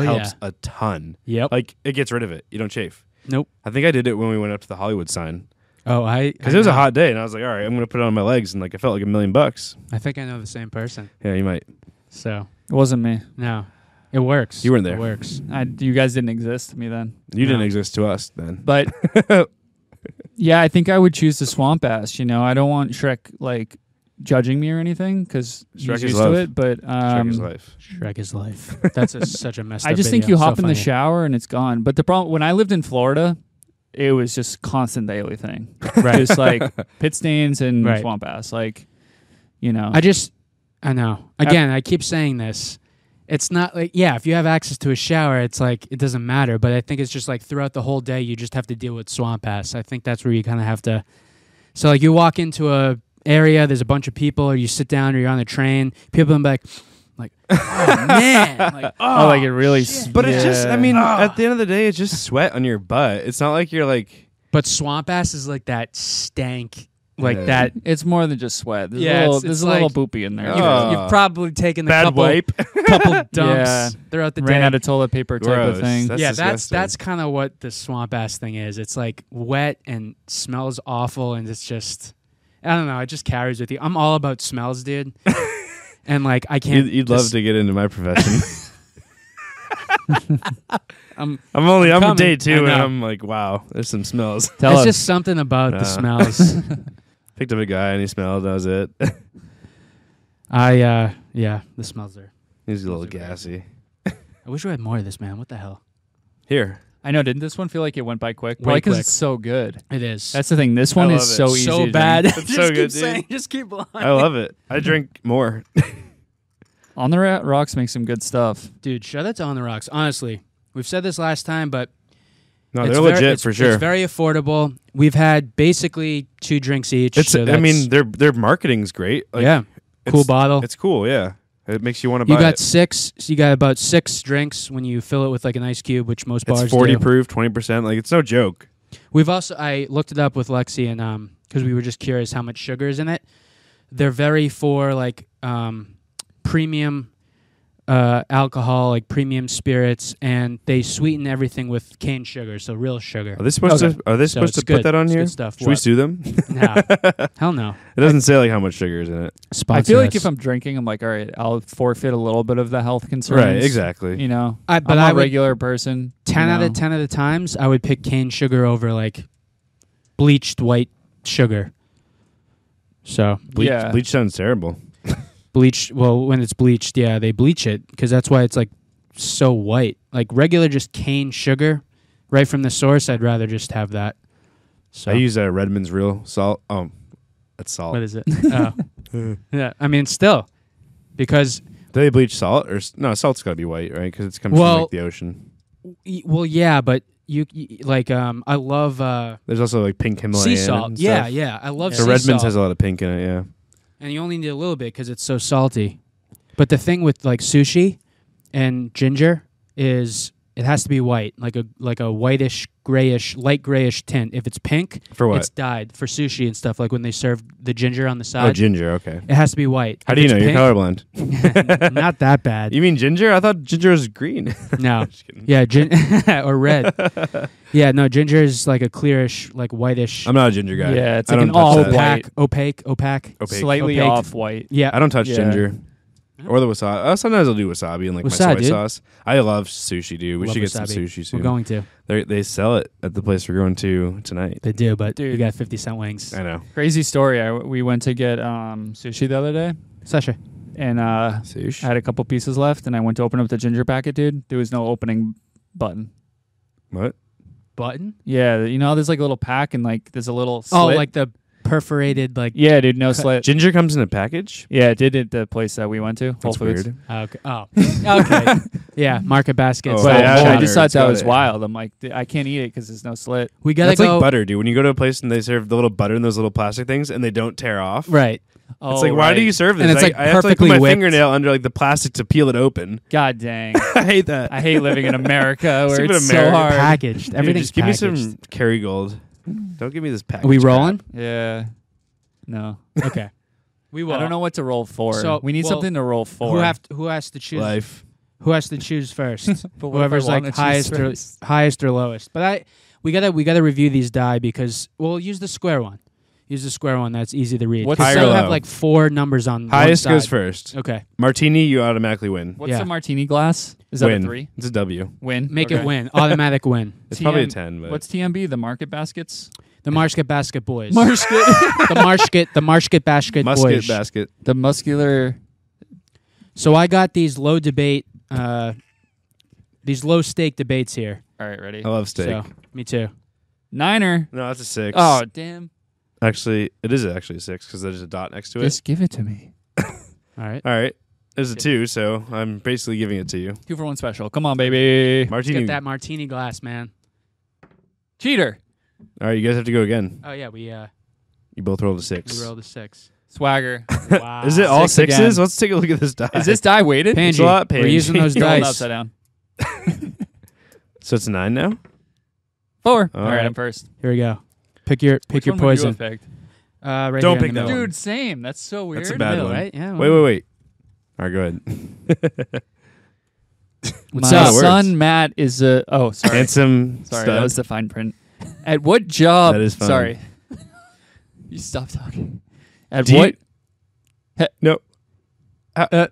Speaker 1: Oh,
Speaker 2: helps
Speaker 1: yeah.
Speaker 2: a ton.
Speaker 1: Yep.
Speaker 2: Like, it gets rid of it. You don't chafe.
Speaker 1: Nope.
Speaker 2: I think I did it when we went up to the Hollywood sign
Speaker 1: Oh, I
Speaker 2: because it was a hot day, and I was like, all right, I'm gonna put it on my legs, and like I felt like a million bucks.
Speaker 1: I think I know the same person.
Speaker 2: Yeah, you might.
Speaker 1: So
Speaker 3: It wasn't me.
Speaker 1: no, it works.
Speaker 2: You weren't there.
Speaker 1: It works.
Speaker 3: I, you guys didn't exist to me then.
Speaker 2: You didn't
Speaker 1: No.
Speaker 2: exist to us then.
Speaker 3: But yeah, I think I would choose the swamp ass. You know, I don't want Shrek like judging me or anything because he's
Speaker 2: Shrek is
Speaker 3: used
Speaker 2: love.
Speaker 3: to it. But
Speaker 2: Shrek
Speaker 3: um,
Speaker 2: is life.
Speaker 1: Shrek is life. That's a, such a mess.
Speaker 3: I just think you hop in the shower and it's gone. But the problem when I lived in Florida, it was just constant daily thing.
Speaker 1: Right.
Speaker 3: Just like pit stains and
Speaker 1: Right.
Speaker 3: swamp ass. Like you know,
Speaker 1: I just, I know. Again, I keep saying this. It's not like yeah, if you have access to a shower, it's like it doesn't matter. But I think it's just like throughout the whole day, you just have to deal with swamp ass. I think that's where you kind of have to. So like you walk into a area, there's a bunch of people, or you sit down, or you're on the train. People are like, like, oh man, like
Speaker 3: oh, like it really.
Speaker 2: But it's just, I
Speaker 3: yeah.
Speaker 2: mean,
Speaker 1: Ah.
Speaker 2: at the end of the day, it's just sweat on your butt. It's not like you're like,
Speaker 1: But swamp ass is like that stank, like
Speaker 2: Yeah.
Speaker 1: that.
Speaker 3: it's more than just sweat. There's
Speaker 1: Yeah,
Speaker 3: a
Speaker 1: it's-
Speaker 3: little,
Speaker 1: it's
Speaker 3: there's a little
Speaker 1: like-
Speaker 3: boopy in there.
Speaker 1: You've,
Speaker 2: Oh.
Speaker 1: you've probably taken a
Speaker 2: bad
Speaker 1: couple,
Speaker 2: wipe.
Speaker 1: couple dumps
Speaker 3: Yeah.
Speaker 1: throughout the
Speaker 3: Ran
Speaker 1: day.
Speaker 3: out of toilet paper type
Speaker 2: Gross.
Speaker 3: of thing.
Speaker 2: That's
Speaker 1: yeah,
Speaker 2: disgusting.
Speaker 1: that's that's kind of what the swamp ass thing is. It's like wet and smells awful, and it's just, I don't know. It just carries with you. I'm all about smells, dude. and like I can't.
Speaker 2: You'd, you'd love
Speaker 1: just-
Speaker 2: to get into my profession.
Speaker 3: I'm-
Speaker 2: I'm only I'm,
Speaker 1: coming.
Speaker 2: day
Speaker 1: I
Speaker 2: two, and
Speaker 1: know.
Speaker 2: I'm like, wow, there's some smells.
Speaker 3: Tell
Speaker 1: it's
Speaker 3: us.
Speaker 1: just something about
Speaker 2: Uh.
Speaker 1: the smells.
Speaker 2: Picked up a guy and he smelled. That was it.
Speaker 1: I uh yeah, the smells are.
Speaker 2: He's a little
Speaker 1: Those are great.
Speaker 2: gassy.
Speaker 1: I wish we had more of this, man. What the hell?
Speaker 2: Here,
Speaker 3: I know. Didn't this one feel like it went by quick?
Speaker 1: Way
Speaker 3: Probably because
Speaker 1: quick.
Speaker 3: it's so good.
Speaker 1: It is.
Speaker 3: That's the thing. This
Speaker 2: I
Speaker 3: one
Speaker 2: love
Speaker 3: is
Speaker 2: it.
Speaker 3: so easy. to
Speaker 1: so
Speaker 3: drink.
Speaker 1: bad. just
Speaker 2: so
Speaker 1: keep
Speaker 2: good, dude.
Speaker 1: saying. Just keep lying.
Speaker 2: I love it. I drink more.
Speaker 3: On the Ra- Rocks makes some good stuff.
Speaker 1: Dude, shout out to On the Rocks. Honestly, we've said this last time, but
Speaker 2: No,
Speaker 1: it's
Speaker 2: Oh, they're
Speaker 1: very-
Speaker 2: legit
Speaker 1: it's-
Speaker 2: for sure.
Speaker 1: It's very affordable. We've had basically two drinks each.
Speaker 2: It's.
Speaker 1: so
Speaker 2: I
Speaker 1: that's-
Speaker 2: mean, their their marketing's great. Like,
Speaker 1: yeah,
Speaker 2: it's-
Speaker 1: cool bottle.
Speaker 2: It's cool. Yeah, it makes you want to buy.
Speaker 1: You got
Speaker 2: it.
Speaker 1: six. You got about six drinks when you fill it with like an ice cube, which most bars
Speaker 2: It's forty
Speaker 1: do.
Speaker 2: proof, twenty percent. Like it's no joke.
Speaker 1: We've also I looked it up with Lexi and um because we were just curious how much sugar is in it. They're very for like um premium uh alcohol, like premium spirits, and they sweeten everything with cane sugar, so real sugar.
Speaker 2: Are they supposed
Speaker 1: Okay.
Speaker 2: to? Are they
Speaker 1: So
Speaker 2: supposed
Speaker 1: it's
Speaker 2: to put
Speaker 1: good.
Speaker 2: that on
Speaker 1: It's
Speaker 2: here?
Speaker 1: Good stuff.
Speaker 2: Should we
Speaker 1: What?
Speaker 2: sue them?
Speaker 1: No. Hell no.
Speaker 2: It doesn't say like how much sugar is in it.
Speaker 1: Sponsor
Speaker 3: I feel like
Speaker 1: us.
Speaker 3: if I'm drinking, I'm like, all right, I'll forfeit a little bit of the health concerns.
Speaker 2: Right. Exactly.
Speaker 3: You know,
Speaker 1: I, but
Speaker 3: I'm
Speaker 1: I
Speaker 3: a
Speaker 1: would-
Speaker 3: regular person.
Speaker 1: ten
Speaker 3: you
Speaker 1: out
Speaker 3: know.
Speaker 1: of ten of the times I would pick cane sugar over like bleached white sugar. So
Speaker 2: Bleach,
Speaker 3: Yeah.
Speaker 2: bleach sounds terrible.
Speaker 1: bleached. Well, when it's bleached, yeah, they bleach it because that's why it's like so white. Like regular, just cane sugar, right from the source. I'd rather just have that. So
Speaker 2: I use uh, Redmond's real salt. Um, that's salt.
Speaker 1: what is it? oh. Yeah, I mean, still because
Speaker 2: Do they bleach salt or s- no? Salt's got to be white, right? Because it comes from
Speaker 1: Well-
Speaker 2: like the ocean.
Speaker 1: y- well, yeah, but you, y like um, I love uh,
Speaker 2: There's also like pink
Speaker 1: sea
Speaker 2: Himalayan.
Speaker 1: salt.
Speaker 2: and
Speaker 1: Yeah,
Speaker 2: stuff.
Speaker 1: yeah, I love
Speaker 2: So
Speaker 1: sea
Speaker 2: Redmond's
Speaker 1: salt.
Speaker 2: has a lot of pink in it. Yeah.
Speaker 1: and you only need a little bit because it's so salty. But the thing with like sushi and ginger is it has to be white, like a like a whitish, grayish, light grayish tint. If it's pink,
Speaker 2: For what?
Speaker 1: it's dyed for sushi and stuff. Like when they serve the ginger on the side,
Speaker 2: oh, ginger. Okay.
Speaker 1: it has to be white.
Speaker 2: How
Speaker 1: If
Speaker 2: do you know
Speaker 1: it's
Speaker 2: you're colorblind?
Speaker 1: pink- Not that bad.
Speaker 2: You mean ginger? I thought ginger was green.
Speaker 1: no.
Speaker 2: Just kidding.
Speaker 1: Yeah, gin- or red. yeah, no, ginger is like a clearish, like whitish,
Speaker 2: I'm not a ginger guy.
Speaker 3: Yeah, it's
Speaker 2: I
Speaker 3: like
Speaker 2: don't
Speaker 3: an
Speaker 2: touch
Speaker 3: all
Speaker 2: that.
Speaker 3: black.
Speaker 1: opaque, opaque, opaque.
Speaker 2: Opaque.
Speaker 3: slightly
Speaker 1: Opaque.
Speaker 3: off white.
Speaker 1: Yeah,
Speaker 2: I don't touch
Speaker 3: Yeah.
Speaker 2: ginger. Or the wasabi. Oh, sometimes I'll do wasabi and like my
Speaker 1: Wasabi,
Speaker 2: soy
Speaker 1: dude.
Speaker 2: sauce. I love sushi, dude. We
Speaker 1: Love
Speaker 2: should get some
Speaker 1: wasabi.
Speaker 2: sushi
Speaker 1: we're
Speaker 2: soon.
Speaker 1: going to.
Speaker 2: They they sell it at the place we're going to tonight.
Speaker 1: They do, but you
Speaker 3: Dude.
Speaker 1: got fifty cent wings.
Speaker 2: I know.
Speaker 3: Crazy story. I, we went to get um, sushi the other day,
Speaker 1: Sasha.
Speaker 3: and uh, I
Speaker 2: Sushi.
Speaker 3: had a couple pieces left, and I went to open up the ginger packet, dude. There was no opening button.
Speaker 2: What?
Speaker 1: Button?
Speaker 3: Yeah, you know, there's like a little pack, and like there's a little
Speaker 1: Oh,
Speaker 3: slit.
Speaker 1: like the perforated, like.
Speaker 3: yeah, dude, no slit.
Speaker 2: Ginger comes in a package.
Speaker 3: Yeah, it did at the place that we went to, Whole
Speaker 2: That's
Speaker 3: Foods.
Speaker 2: weird.
Speaker 1: Oh, okay. Oh, okay. yeah, market baskets.
Speaker 2: Oh,
Speaker 3: But
Speaker 2: yeah,
Speaker 1: that
Speaker 2: yeah,
Speaker 1: whole-
Speaker 3: I just
Speaker 2: butter,
Speaker 3: thought
Speaker 2: it's
Speaker 3: that
Speaker 2: got
Speaker 3: was
Speaker 2: it.
Speaker 3: wild. I'm like, "Th- I can't eat it because there's no slit.
Speaker 1: we gotta
Speaker 2: That's
Speaker 1: go.
Speaker 2: like butter, dude. When you go to a place and they serve the little butter in those little plastic things and they don't tear off.
Speaker 1: Right.
Speaker 3: Oh,
Speaker 2: It's like, why do
Speaker 3: right.
Speaker 2: you serve this?
Speaker 1: And it's,
Speaker 2: I-
Speaker 1: like,
Speaker 2: I, have to like, put
Speaker 1: perfectly
Speaker 2: my
Speaker 1: whipped.
Speaker 2: fingernail under like the plastic to peel it open.
Speaker 3: God dang,
Speaker 2: I hate that.
Speaker 3: I hate living in America where
Speaker 2: Stupid
Speaker 3: it's so
Speaker 2: America.
Speaker 3: hard.
Speaker 1: Packaged.
Speaker 2: Dude,
Speaker 1: Everything's
Speaker 2: just give
Speaker 1: packaged.
Speaker 2: me some Kerrygold. Don't give me this package.
Speaker 1: Are we
Speaker 2: crap.
Speaker 1: rolling?
Speaker 3: Yeah, no,
Speaker 1: okay. We will.
Speaker 3: I don't know what to roll for.
Speaker 1: So,
Speaker 3: we need
Speaker 1: well,
Speaker 3: something to roll for.
Speaker 1: Who have to, who has to choose?
Speaker 2: Life.
Speaker 1: Who has to choose first?
Speaker 3: But what if I
Speaker 1: Whoever's
Speaker 3: wanna
Speaker 1: like
Speaker 3: choose
Speaker 1: highest or
Speaker 3: first?
Speaker 1: highest or lowest. But I we gotta we gotta review these die because we'll use the square one. Use the square one. That's easy to read.
Speaker 3: What's
Speaker 1: 'Cause
Speaker 2: higher
Speaker 1: some
Speaker 2: or
Speaker 1: have
Speaker 2: low?
Speaker 1: like four numbers on
Speaker 2: Highest
Speaker 1: one
Speaker 2: goes
Speaker 1: side.
Speaker 2: first.
Speaker 1: Okay,
Speaker 2: Martini, you automatically win.
Speaker 3: What's
Speaker 1: Yeah.
Speaker 3: a martini glass? Is that
Speaker 2: win.
Speaker 3: a three?
Speaker 2: It's a W.
Speaker 3: Win.
Speaker 1: make
Speaker 3: Okay.
Speaker 1: it win. Automatic win.
Speaker 2: It's probably a
Speaker 3: TM
Speaker 2: ten, but
Speaker 3: What's TMB? The market baskets.
Speaker 1: The Marshkit Basket Boys.
Speaker 3: Musket.
Speaker 1: the Marshkit the Marshkit Basket
Speaker 2: musket
Speaker 1: Boys.
Speaker 2: basket.
Speaker 3: the muscular.
Speaker 1: So I got these low debate, uh, these low stake debates here.
Speaker 3: All right, ready.
Speaker 2: I love steak.
Speaker 1: So me too.
Speaker 3: Niner.
Speaker 2: No, that's a six.
Speaker 3: Oh damn!
Speaker 2: actually, it is actually a six because there's a dot next to it.
Speaker 3: Just give it to me.
Speaker 1: All right.
Speaker 2: All right, there's a two, so I'm basically giving it to you.
Speaker 3: Two for one special. Come on, baby.
Speaker 2: Martini.
Speaker 1: Get that martini glass, man.
Speaker 3: Cheater.
Speaker 2: All right, you guys have to go again.
Speaker 1: Oh yeah, we uh,
Speaker 2: You both rolled a
Speaker 1: we
Speaker 2: six.
Speaker 1: rolled a six.
Speaker 3: Swagger.
Speaker 1: Wow.
Speaker 2: Is it all
Speaker 3: Six
Speaker 2: sixes?
Speaker 3: again.
Speaker 2: Let's take a look at this die.
Speaker 3: Is this die weighted?
Speaker 1: Panji,
Speaker 2: It's a lot,
Speaker 1: We're
Speaker 2: Panji.
Speaker 1: using those
Speaker 2: You're
Speaker 3: Rolled
Speaker 1: dice.
Speaker 3: upside down.
Speaker 2: so? It's a nine now.
Speaker 3: Four.
Speaker 2: All
Speaker 3: All right,
Speaker 2: right.
Speaker 3: I'm first.
Speaker 1: Here we go. Pick your pick
Speaker 3: Which
Speaker 1: your
Speaker 3: one would you
Speaker 1: poison.
Speaker 3: have picked?
Speaker 1: Uh, right here
Speaker 2: Don't
Speaker 1: in
Speaker 2: pick
Speaker 1: the
Speaker 2: that
Speaker 1: middle.
Speaker 2: one.
Speaker 3: Dude, same. That's so weird.
Speaker 2: That's a bad
Speaker 1: Middle,
Speaker 2: one.
Speaker 1: right?
Speaker 3: Oh.
Speaker 1: Yeah.
Speaker 2: Wait, wait, wait. All right, go ahead.
Speaker 1: What's
Speaker 3: My
Speaker 2: up?
Speaker 3: son Matt is a. Oh, sorry.
Speaker 2: Handsome.
Speaker 3: sorry,
Speaker 2: stud.
Speaker 3: that was the fine print. At what job?
Speaker 2: That is fine.
Speaker 3: Sorry. you stop talking. At
Speaker 2: Do you-
Speaker 3: what?
Speaker 2: no. Uh, uh,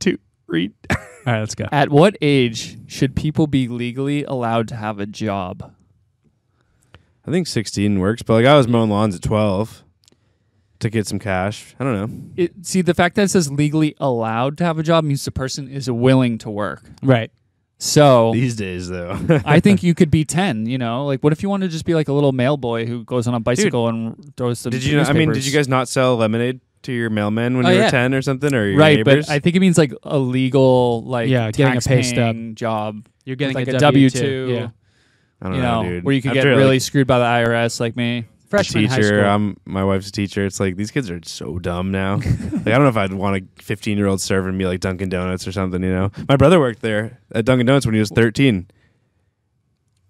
Speaker 2: two. Read.
Speaker 1: All right, let's go.
Speaker 3: At what age should people be legally allowed to have a job?
Speaker 2: I think 16 works, but like I was mowing lawns at 12 to get some cash. I don't know.
Speaker 3: It, see, the fact that it says legally allowed to have a job means the person is willing to work.
Speaker 1: Right.
Speaker 3: So
Speaker 2: These days, though.
Speaker 3: I think you could be 10, you know? Like, what if you want to just be like a little mail boy who goes on a bicycle and throws some
Speaker 2: did you? I mean, did
Speaker 3: newspapers?
Speaker 2: you guys not sell lemonade to your mailman when
Speaker 1: Oh,
Speaker 2: you were
Speaker 1: yeah.
Speaker 2: 10 or something, or your
Speaker 3: Right,
Speaker 2: neighbors?
Speaker 3: but I think it means like a legal, like
Speaker 1: Yeah, getting a pay stub.
Speaker 3: tax-paying job,
Speaker 1: You're getting
Speaker 3: like
Speaker 1: a W
Speaker 3: W two,
Speaker 1: Yeah.
Speaker 2: I
Speaker 3: you
Speaker 2: don't
Speaker 3: know,
Speaker 2: know, dude.
Speaker 3: where you could
Speaker 2: After,
Speaker 3: get really
Speaker 2: like,
Speaker 3: screwed by the IRS, like me.
Speaker 1: Freshman high
Speaker 2: teacher. uh,
Speaker 1: school.
Speaker 2: I'm my wife's a teacher. It's like these kids are so dumb now. like I don't know if I'd want a 15 year old serving me like Dunkin' Donuts or something. You know, my brother worked there at Dunkin' Donuts when he was 13.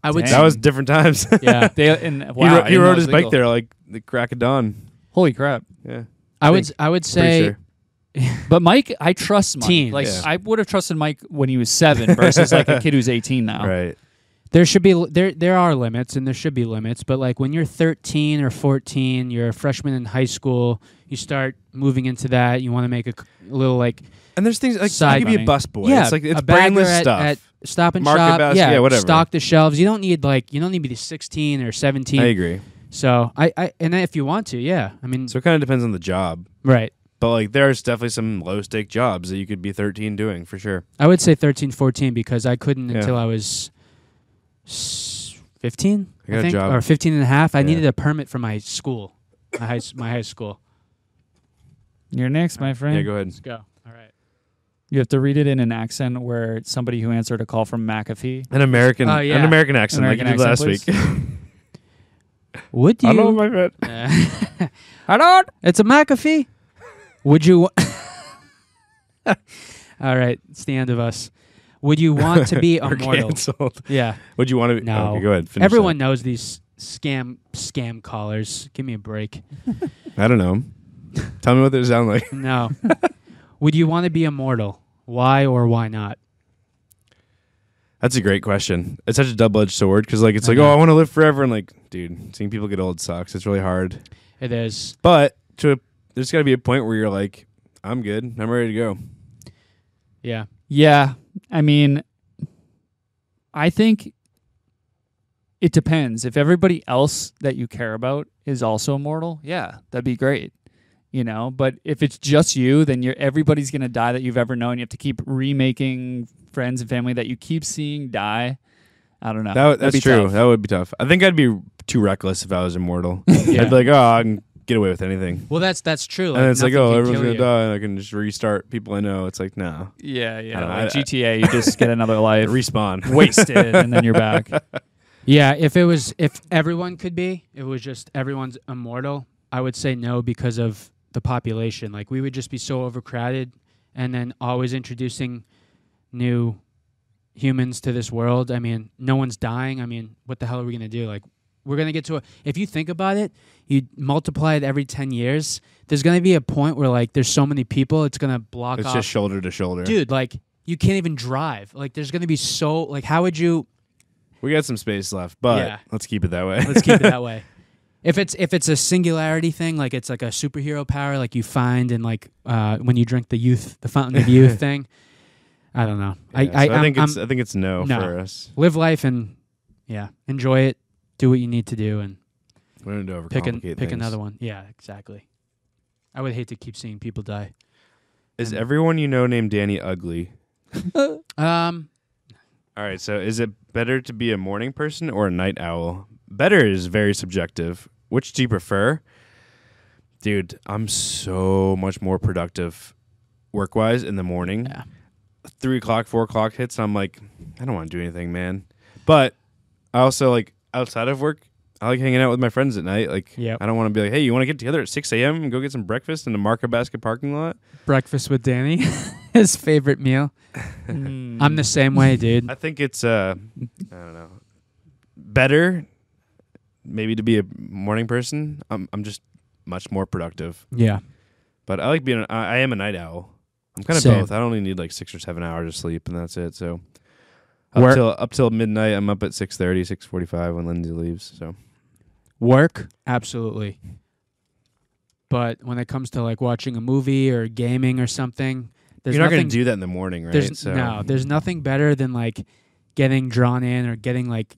Speaker 1: I would.
Speaker 3: Dang.
Speaker 1: say-
Speaker 2: That was different times.
Speaker 1: yeah.
Speaker 3: They and wow,
Speaker 2: he,
Speaker 3: I
Speaker 2: ro-
Speaker 3: didn't
Speaker 2: he
Speaker 3: know it
Speaker 2: rode
Speaker 3: was
Speaker 2: his bike
Speaker 3: legal.
Speaker 2: there like the crack of dawn.
Speaker 3: Holy crap!
Speaker 2: Yeah,
Speaker 1: I
Speaker 2: think.
Speaker 1: would. I would
Speaker 2: pretty
Speaker 1: say.
Speaker 2: sure.
Speaker 3: But Mike, I trust Mike.
Speaker 1: Teens.
Speaker 3: Like
Speaker 2: Yeah.
Speaker 3: I would have trusted Mike when he was seven versus like a kid who's eighteen now.
Speaker 2: Right.
Speaker 1: There should be there there are limits and there should be limits, but like when you're 13 or 14, you're a freshman in high school, you start moving into that, you want to make a c- little like
Speaker 2: And there's things like
Speaker 1: Side
Speaker 2: you could be
Speaker 1: money.
Speaker 2: a busboy.
Speaker 1: yeah,
Speaker 2: it's like it's
Speaker 1: a bagger
Speaker 2: brainless
Speaker 1: at,
Speaker 2: stuff.
Speaker 1: at Stop and
Speaker 2: Market
Speaker 1: Shop,
Speaker 2: basket,
Speaker 1: yeah,
Speaker 2: yeah, whatever.
Speaker 1: stock the shelves. You don't need like you don't need to be 16 or 17.
Speaker 2: I agree.
Speaker 1: So I, I and if you want to, yeah, I mean,
Speaker 2: So it kind of depends on the job,
Speaker 1: right.
Speaker 2: but like there's definitely some low stake jobs that you could be 13 doing for sure.
Speaker 1: I would say 13, 14 because I couldn't
Speaker 2: Yeah.
Speaker 1: until I was s- 15,
Speaker 2: I got a
Speaker 1: think,
Speaker 2: job.
Speaker 1: or 15 and a half. I
Speaker 2: Yeah.
Speaker 1: needed a permit for my school, my high, s- my high school.
Speaker 3: You're next, my friend.
Speaker 2: Yeah, go ahead.
Speaker 1: Let's go. All right.
Speaker 3: You have to read it in an accent where it's somebody who answered a call from McAfee.
Speaker 2: An American,
Speaker 1: Oh, yeah.
Speaker 2: an American accent
Speaker 3: American
Speaker 2: like you did last
Speaker 3: accent,
Speaker 2: week.
Speaker 1: Would you?
Speaker 2: Hello, my friend.
Speaker 1: Uh,
Speaker 3: Hello.
Speaker 1: it's a McAfee. Would you? All right, it's the end of us. Would you want to be
Speaker 2: We're
Speaker 1: immortal?
Speaker 2: canceled.
Speaker 1: Yeah,
Speaker 2: Would you want to? Be?
Speaker 1: No.
Speaker 2: Okay, go ahead. Finish
Speaker 1: everyone knows these scam scam callers. Give me a break.
Speaker 2: that. I don't know. Tell me what they sound like.
Speaker 1: No. Would you want to be immortal? Why or why not?
Speaker 2: That's a great question. It's such a double edged sword because like it's
Speaker 1: I
Speaker 2: like
Speaker 1: know.
Speaker 2: oh I want to live forever and like dude seeing people get old sucks. It's really hard.
Speaker 1: It is.
Speaker 2: But to a, there's got to be a point where you're like I'm good. I'm ready to go.
Speaker 1: Yeah.
Speaker 3: Yeah. I mean, I think it depends. If everybody else that you care about is also immortal, yeah, that'd be great. You know, but if it's just you, then you're everybody's gonna die that you've ever known. You have to keep remaking friends and family that you keep seeing die. I don't know.
Speaker 2: That, would-
Speaker 3: That'd
Speaker 2: that's
Speaker 3: be
Speaker 2: true.
Speaker 3: tough.
Speaker 2: That would be tough. I think I'd be too reckless if I was immortal. I'd be like, oh, I can get away with anything.
Speaker 1: Well, that's that's true.
Speaker 2: and it's like,
Speaker 1: nothing
Speaker 2: oh,
Speaker 1: can
Speaker 2: everyone's
Speaker 1: kill
Speaker 2: gonna
Speaker 1: you.
Speaker 2: die, and I can just restart people I know. It's like, nah,
Speaker 3: Yeah,
Speaker 2: I
Speaker 3: yeah.
Speaker 2: don't know,
Speaker 3: Like
Speaker 2: I- I-
Speaker 3: GTA, you just get another life
Speaker 2: respawn.
Speaker 3: wasted, and then you're back.
Speaker 1: Yeah, if it was if everyone could be, it was just everyone's immortal. I would say no because of the population. Like we would just be so overcrowded and then always introducing new humans to this world. I mean, no one's dying. I mean, what the hell are we going to do? Like we're going to get to a If you think about it, you multiply it every 10 years, there's going to be a point where like there's so many people, it's going to block
Speaker 2: It's
Speaker 1: off
Speaker 2: just shoulder to shoulder.
Speaker 1: dude like you can't even drive like there's gonna be so like how would you
Speaker 2: We got some space left, but
Speaker 1: Yeah.
Speaker 2: let's keep it that way.
Speaker 1: Let's keep it that way. If it's if it's a singularity thing, like it's like a superhero power, like you find in like uh, when you drink the youth, the fountain of youth thing. I don't know. I,
Speaker 2: Yeah, so
Speaker 1: I, I'm-
Speaker 2: think
Speaker 1: I'm-
Speaker 2: it's uh, I think it's no,
Speaker 1: No.
Speaker 2: for us.
Speaker 1: live life and yeah, enjoy it. Do what you need to do and
Speaker 2: We don't do overcomplicate
Speaker 1: pick an, pick
Speaker 2: things.
Speaker 1: another one. Yeah, exactly. I would hate to keep seeing people die.
Speaker 2: Is everyone you know named Danny ugly?
Speaker 1: Um,
Speaker 2: All right, so is it better to be a morning person or a night owl? Better is very subjective. Which do you prefer? Dude, I'm so much more productive work wise in the morning.
Speaker 1: Yeah.
Speaker 2: Three o'clock, four o'clock hits, and I'm like, I don't want to do anything, man. But I also like outside of work, I like hanging out with my friends at night. Like,
Speaker 1: Yep.
Speaker 2: I don't want to be like, hey, you want to get together at 6 a.m. and go get some breakfast in the Market Basket parking lot?
Speaker 1: breakfast with Danny, his favorite meal.
Speaker 3: Hmm.
Speaker 1: I'm the same way, dude.
Speaker 2: I think it's uh, I don't know, better maybe to be a morning person. I'm I'm just much more productive,
Speaker 1: Yeah,
Speaker 2: but I like being. An, I I am a night owl. I'm kind of
Speaker 1: Same.
Speaker 2: both. I only need like six or seven hours of sleep, and that's it. So up
Speaker 1: Where-
Speaker 2: till up till midnight, I'm up at 6.30, 6.45 when Lindsay leaves. So
Speaker 1: work absolutely. But when it comes to like watching a movie or gaming or something, there's
Speaker 2: you're not
Speaker 1: nothing.
Speaker 2: gonna do that in the morning, right?
Speaker 1: there's
Speaker 2: so
Speaker 1: no. There's nothing better than like getting drawn in or getting like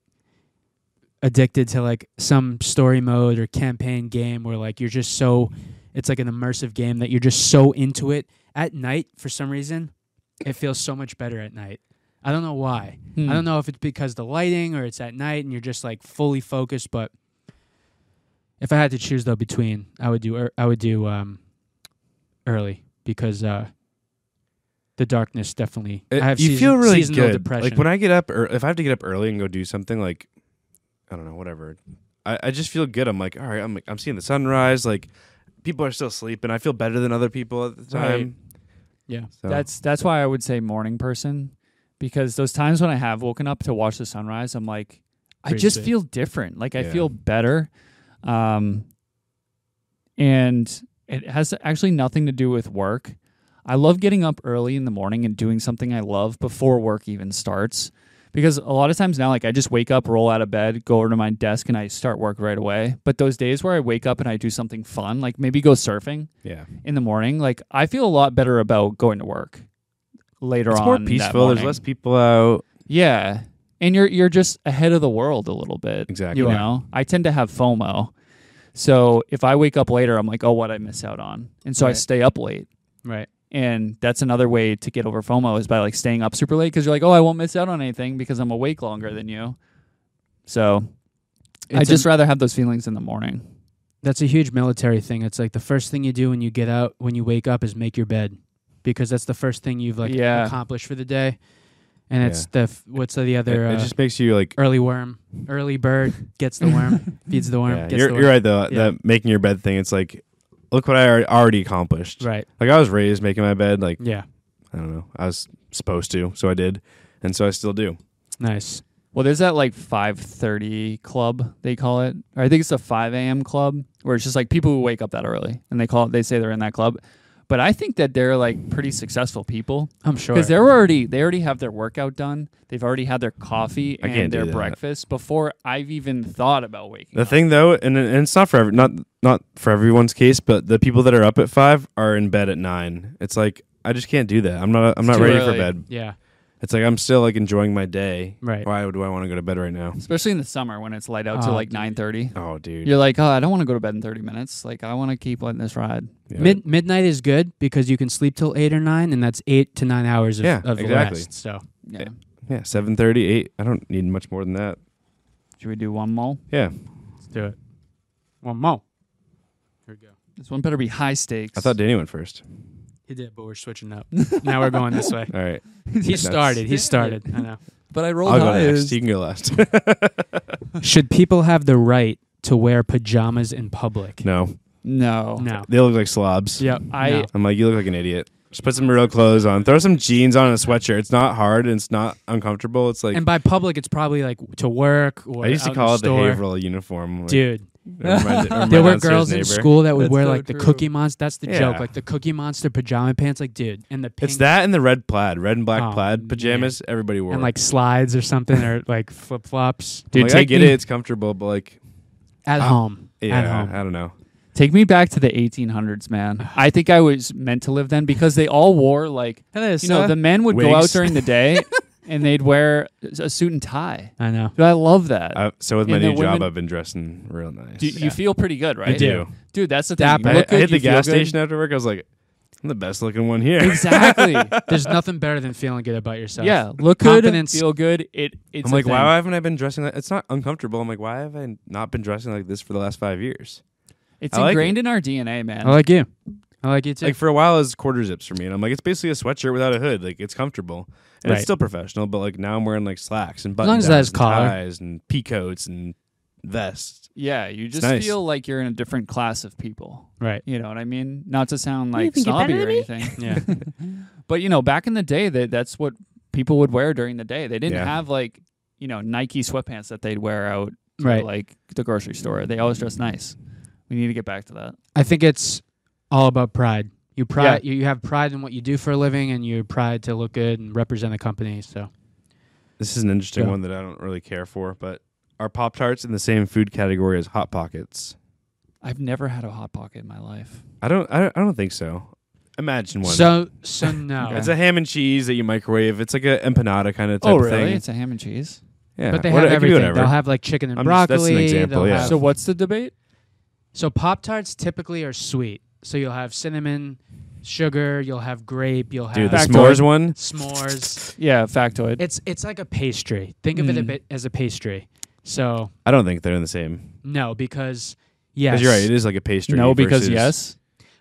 Speaker 1: addicted to like some story mode or campaign game where like you're just so it's like an immersive game that you're just so into it at night for some reason it feels so much better at night i don't know why i
Speaker 3: Hmm.
Speaker 1: don't know if it's because the lighting or it's at night and you're just like fully focused but if i had to choose though between i would do ear- i would do um early because uh the darkness definitely
Speaker 2: It-
Speaker 1: i have
Speaker 2: Eh, you
Speaker 1: season-
Speaker 2: feel really
Speaker 1: seasonal
Speaker 2: good.
Speaker 1: depression
Speaker 2: Like when I get up, or if I have to get up early and go do something, like I don't know, whatever. I, I just feel good. I'm like, all right, I'm like, I'm seeing the sunrise. Like people are still sleeping. I feel better than other people at the time.
Speaker 3: Right.
Speaker 1: yeah
Speaker 2: So
Speaker 3: That's that's why I would say morning person, because those times when I have woken up to watch the sunrise, I'm like, I
Speaker 1: Pretty
Speaker 3: just
Speaker 1: sick.
Speaker 3: feel different. Like I
Speaker 2: Yeah.
Speaker 3: feel better, um, and it has actually nothing to do with work. I love getting up early in the morning and doing something I love before work even starts. Because a lot of times now, like I just wake up, roll out of bed, go over to my desk, and I start work right away. But those days where I wake up and I do something fun, like maybe go surfing,
Speaker 2: yeah,
Speaker 3: in the morning, like I feel a lot better about going to work later
Speaker 2: it's
Speaker 3: on.
Speaker 2: more
Speaker 3: that
Speaker 2: peaceful. There's
Speaker 3: morning.
Speaker 2: less people out.
Speaker 3: Yeah, and you're you're just ahead of the world a little bit.
Speaker 2: Exactly.
Speaker 3: You
Speaker 2: Yeah.
Speaker 3: know, I tend to have FOMO, so if I wake up later, I'm like, oh, what I miss out on, and so I
Speaker 1: Right.
Speaker 3: stay up late.
Speaker 1: right
Speaker 3: And that's another way to get over FOMO is by like staying up super late because you're like, oh, I won't miss out on anything because I'm awake longer than you. So I
Speaker 1: It's
Speaker 3: just rather have those feelings in the morning.
Speaker 1: That's a huge military thing. It's like the first thing you do when you get out, when you wake up, is make your bed, because that's the first thing you've like
Speaker 3: Yeah.
Speaker 1: accomplished for the day. And
Speaker 2: Yeah.
Speaker 1: it's the f- what's the
Speaker 2: It,
Speaker 1: other
Speaker 2: it
Speaker 1: uh,
Speaker 2: just makes you like.
Speaker 1: early worm, early bird gets the worm, feeds the worm,
Speaker 2: Yeah,
Speaker 1: gets
Speaker 2: you're,
Speaker 1: the worm.
Speaker 2: you're right though.
Speaker 1: Yeah.
Speaker 2: The making your bed thing. It's like, look what I alre- already accomplished.
Speaker 1: Right.
Speaker 2: Like I was raised making my bed. Like
Speaker 1: Yeah.
Speaker 2: I don't know. I was supposed to, so I did, and so I still do.
Speaker 1: Nice.
Speaker 3: Well, there's that like 5:30 club they call it, or I think it's the 5 a.m. club, where it's just like people who wake up that early, and they call it. They say they're in that club, but I think that they're like pretty successful people
Speaker 1: I'm sure.
Speaker 3: because they're already they already have their workout done. They've already had their coffee
Speaker 2: I
Speaker 3: and
Speaker 2: can't do
Speaker 3: their
Speaker 2: that.
Speaker 3: breakfast before I've even thought about waking
Speaker 2: The
Speaker 3: up.
Speaker 2: thing though, and, and it's not for every, not not for everyone's case, but the people that are up at five are in bed at nine. It's like I just can't do that. I'm not I'm not
Speaker 3: too
Speaker 2: ready
Speaker 3: early.
Speaker 2: for bed.
Speaker 1: yeah.
Speaker 2: It's like I'm still like enjoying my day.
Speaker 1: Right.
Speaker 2: Why do I want to go to bed right now?
Speaker 3: Especially in the summer when it's light out to
Speaker 1: Oh,
Speaker 3: like
Speaker 1: dude.
Speaker 3: 9:30.
Speaker 2: Oh, dude.
Speaker 3: You're like, oh, I don't want to go to bed in 30 minutes. Like, I want to keep letting this ride.
Speaker 2: Yeah.
Speaker 1: Mid- midnight is good because you can sleep till eight or nine, and that's eight to nine hours of,
Speaker 2: Yeah,
Speaker 1: of
Speaker 2: exactly.
Speaker 1: rest. So
Speaker 3: Yeah.
Speaker 2: yeah, seven thirty, eight. I don't need much more than that.
Speaker 3: Should we do one more?
Speaker 2: Yeah,
Speaker 1: let's do it. One more. Here we go.
Speaker 3: This one better be high stakes.
Speaker 2: I thought Danny went first.
Speaker 1: He did, but we're switching up. now we're going this way.
Speaker 2: All right,
Speaker 1: He
Speaker 2: That's-
Speaker 1: started. He
Speaker 3: Damn it.
Speaker 1: started. I know.
Speaker 3: but I rolled
Speaker 2: I'll go
Speaker 3: highest.
Speaker 2: next. You can go last.
Speaker 1: Should people have the right to wear pajamas in public?
Speaker 2: no,
Speaker 3: No.
Speaker 1: No.
Speaker 2: they look like slobs.
Speaker 1: Yep.
Speaker 3: I-
Speaker 1: no.
Speaker 2: I'm like, you look like an idiot. Just put some real clothes on. Throw some jeans on and a sweatshirt. It's not hard and it's not uncomfortable. It's like
Speaker 1: and by public, it's probably like to work or
Speaker 2: I used to
Speaker 1: out in
Speaker 2: call it
Speaker 1: store.
Speaker 2: the Haverhill uniform. like-
Speaker 1: Dude,
Speaker 2: Or my- or my
Speaker 1: There were
Speaker 2: downstairs
Speaker 1: girls in
Speaker 2: neighbor.
Speaker 1: school that would
Speaker 3: That's
Speaker 1: wear
Speaker 3: so
Speaker 1: like the
Speaker 3: true.
Speaker 1: Cookie Monster. That's the joke,
Speaker 2: Yeah.
Speaker 1: like the Cookie Monster pajama pants. Like, dude, and the pink
Speaker 2: It's that and the red plaid, red and black
Speaker 1: Oh,
Speaker 2: plaid pajamas. Everybody wore.
Speaker 1: and like slides or something or like flip flops
Speaker 3: Dude,
Speaker 2: Like, I
Speaker 3: take
Speaker 2: get
Speaker 3: me,
Speaker 2: it. It's comfortable, but like,
Speaker 1: at
Speaker 2: Ah,
Speaker 1: home. At
Speaker 2: yeah,
Speaker 1: home.
Speaker 2: I don't know.
Speaker 3: Take me back to the 1800s, man. I think I was meant to live then because they all wore like you know the men would go out
Speaker 2: Wigs.
Speaker 3: during the day and they'd wear a suit and tie.
Speaker 1: I know.
Speaker 3: Dude, I love that.
Speaker 2: I, so with
Speaker 3: And
Speaker 2: my
Speaker 3: the
Speaker 2: new job,
Speaker 3: women-
Speaker 2: I've been dressing real nice.
Speaker 3: Do, You feel pretty good, right?
Speaker 2: I do.
Speaker 3: dude. That's the thing.
Speaker 1: Dap
Speaker 3: You
Speaker 2: I,
Speaker 3: look
Speaker 2: I
Speaker 3: good,
Speaker 2: hit the
Speaker 3: you feel
Speaker 2: gas
Speaker 3: good.
Speaker 2: station after work. I was like, I'm the best looking one here.
Speaker 3: Exactly.
Speaker 1: There's nothing better than feeling good about yourself.
Speaker 3: yeah, look good,
Speaker 1: Confidence.
Speaker 3: feel good. It. It's
Speaker 2: I'm
Speaker 3: a
Speaker 2: like,
Speaker 3: thing.
Speaker 2: why haven't I been dressing like? It's not uncomfortable. I'm like, why have I not been dressing like this for the last five years?
Speaker 3: It's
Speaker 2: I like Uh-huh.
Speaker 3: ingrained in our DNA, man.
Speaker 1: I like you. I like you too.
Speaker 2: Like for a while, it's quarter zips for me, and I'm like, it's basically a sweatshirt without a hood. Like it's comfortable and
Speaker 1: Right.
Speaker 2: it's still professional, but like now I'm wearing like slacks and
Speaker 1: As
Speaker 2: button
Speaker 1: long as it has
Speaker 2: downs and
Speaker 1: collar.
Speaker 2: ties and pea coats and vests.
Speaker 3: yeah, you just
Speaker 2: nice.
Speaker 3: feel like you're in a different class of people.
Speaker 1: right.
Speaker 3: You know what I mean? Not to sound like
Speaker 4: think you're
Speaker 3: snobby
Speaker 4: better
Speaker 3: or
Speaker 4: than me?
Speaker 3: anything.
Speaker 1: Yeah.
Speaker 3: But you know, back in the day, that that's what people would wear during the day. They didn't
Speaker 2: Yeah.
Speaker 3: have like you know Nike sweatpants that they'd wear out to,
Speaker 1: Right.
Speaker 3: like the grocery store. They always dress nice. We need to get back to that.
Speaker 1: I think it's all about pride. You pride you, you have pride in what you do for a living and you pride to look good and represent a company. So
Speaker 2: This is an interesting
Speaker 1: Yeah.
Speaker 2: one that I don't really care for, but are Pop Tarts in the same food category as Hot Pockets?
Speaker 3: I've never had a hot pocket in my life.
Speaker 2: I don't. I don't, I don't think so. Imagine one.
Speaker 1: so so no.
Speaker 3: Okay.
Speaker 2: it's a ham and cheese that you microwave. It's like an empanada kind of type
Speaker 3: oh,
Speaker 2: of
Speaker 3: really?
Speaker 2: thing.
Speaker 3: It's a ham and cheese.
Speaker 2: Yeah,
Speaker 1: But they
Speaker 2: what-
Speaker 1: have
Speaker 2: it could be
Speaker 1: everything.
Speaker 2: whatever.
Speaker 1: They'll have like chicken and
Speaker 2: I'm just-
Speaker 1: broccoli.
Speaker 2: that's an example,
Speaker 1: they'll
Speaker 2: yeah.
Speaker 1: have-
Speaker 3: So what's the debate?
Speaker 1: So Pop Tarts typically are sweet. So you'll have cinnamon, sugar, you'll have grape, you'll
Speaker 2: Dude, the
Speaker 1: have
Speaker 3: Factoid.
Speaker 2: s'mores one.
Speaker 1: s'mores.
Speaker 3: Yeah, factoid.
Speaker 1: It's it's like a pastry. Think of it a
Speaker 3: Mm.
Speaker 1: bit as a pastry. So
Speaker 2: I don't think they're in the same.
Speaker 1: no, because
Speaker 2: 'Cause
Speaker 1: yes,
Speaker 2: you're right. It is like a pastry.
Speaker 3: no,
Speaker 2: versus-
Speaker 3: because yes.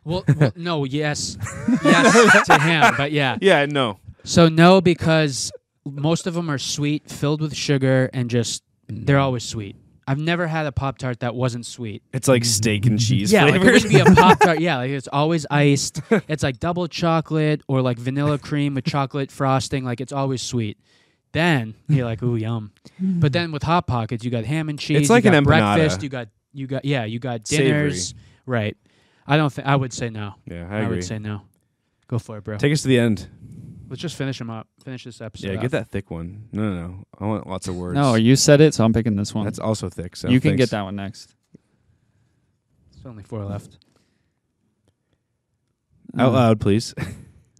Speaker 1: Well, well, no, yes, yes to him, but yeah.
Speaker 2: Yeah, no.
Speaker 1: So no, because most of them are sweet, filled with sugar, and just they're always sweet. I've never had a pop tart that wasn't sweet.
Speaker 2: It's like steak and cheese
Speaker 1: yeah, like it
Speaker 2: flavored.
Speaker 1: would be a pop tart. Yeah, like it's always iced. It's like double chocolate or like vanilla cream with chocolate frosting. Like it's always sweet. Then you're like, ooh, yum. But then with hot pockets, you got ham and cheese.
Speaker 2: It's like
Speaker 1: you got
Speaker 2: an empanada.
Speaker 1: breakfast. You got you got yeah. You got
Speaker 2: Savory.
Speaker 1: dinners. Right. I don't think I would say no.
Speaker 2: yeah, I
Speaker 1: I,
Speaker 2: agree.
Speaker 1: would say no. Go for it, bro.
Speaker 2: Take us to the end.
Speaker 1: Let's just finish them up. Finish this episode.
Speaker 2: Yeah,
Speaker 1: up.
Speaker 2: get that thick one. No, no, no. I want lots of words.
Speaker 3: No, you said it, so I'm picking this one.
Speaker 2: that's also thick. So
Speaker 3: you can
Speaker 2: thanks.
Speaker 3: get that one next.
Speaker 1: There's only four left.
Speaker 2: out loud, please.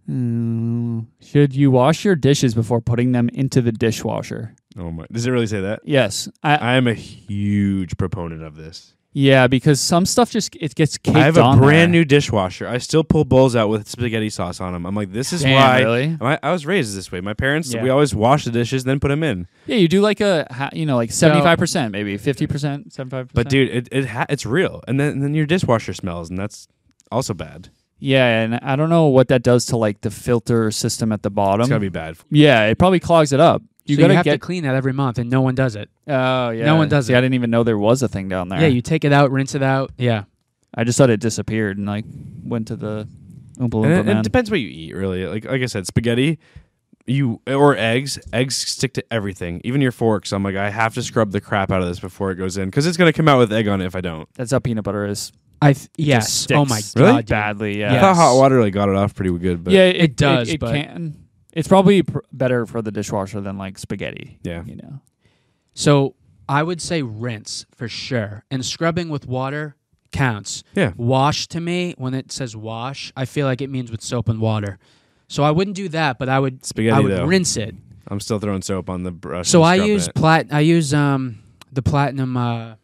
Speaker 3: Mm. Should you wash your dishes before putting them into the dishwasher?
Speaker 2: Oh my! Does it really say that?
Speaker 3: Yes, I,
Speaker 2: I am a huge proponent of this.
Speaker 3: Yeah, because some stuff just it gets caked on.
Speaker 2: I have a
Speaker 3: there.
Speaker 2: brand new dishwasher. I still pull bowls out with spaghetti sauce on them. I'm like, this is
Speaker 3: Damn,
Speaker 2: why.
Speaker 3: really?
Speaker 2: I, I was raised this way. My parents,
Speaker 3: Yeah.
Speaker 2: we always wash the dishes, then put them in.
Speaker 3: Yeah, you do like a ha- you know like seventy five percent, maybe fifty percent, seventy five percent.
Speaker 2: But dude, it it ha- it's real, and then and then your dishwasher smells, and that's also bad.
Speaker 3: yeah, and I don't know what that does to like the filter system at the bottom.
Speaker 2: It's gotta be bad.
Speaker 3: yeah, it probably clogs it up. You
Speaker 1: so
Speaker 3: gotta
Speaker 1: you have
Speaker 3: get.
Speaker 1: to clean that every month, and no one does it.
Speaker 3: oh yeah,
Speaker 1: one does
Speaker 3: See,
Speaker 1: it.
Speaker 3: I didn't even know there was a thing down there.
Speaker 1: Yeah, you take it out, rinse it out. Yeah.
Speaker 3: I just thought it disappeared and like went to the Oompa Loompa
Speaker 2: And it,
Speaker 3: man.
Speaker 2: it depends what you eat, really. Like like I said, spaghetti, you or eggs. Eggs stick to everything, even your forks. I'm like, I have to scrub the crap out of this before it goes in, because it's gonna come out with egg on it if I don't.
Speaker 3: That's how peanut butter is.
Speaker 1: I th-
Speaker 3: It
Speaker 1: yes.
Speaker 3: just
Speaker 1: oh my
Speaker 3: sticks
Speaker 1: god. dude.
Speaker 3: badly. Yeah,
Speaker 2: I thought hot water like got it off pretty good, but
Speaker 3: yeah,
Speaker 1: It does,
Speaker 3: It,
Speaker 1: but-
Speaker 3: can. It's probably pr- better for the dishwasher than like spaghetti.
Speaker 2: Yeah.
Speaker 3: you know.
Speaker 1: So I would say rinse for sure, and scrubbing with water counts.
Speaker 2: Yeah.
Speaker 1: Wash to me, when it says wash, I feel like it means with soap and water. So I wouldn't do that, but I would
Speaker 2: Spaghetti,
Speaker 1: I would
Speaker 2: though.
Speaker 1: rinse it.
Speaker 2: I'm still throwing soap on the brush.
Speaker 1: So
Speaker 2: and
Speaker 1: I
Speaker 2: scrubbing
Speaker 1: use
Speaker 2: it.
Speaker 1: plat. I use um the platinum. Uh,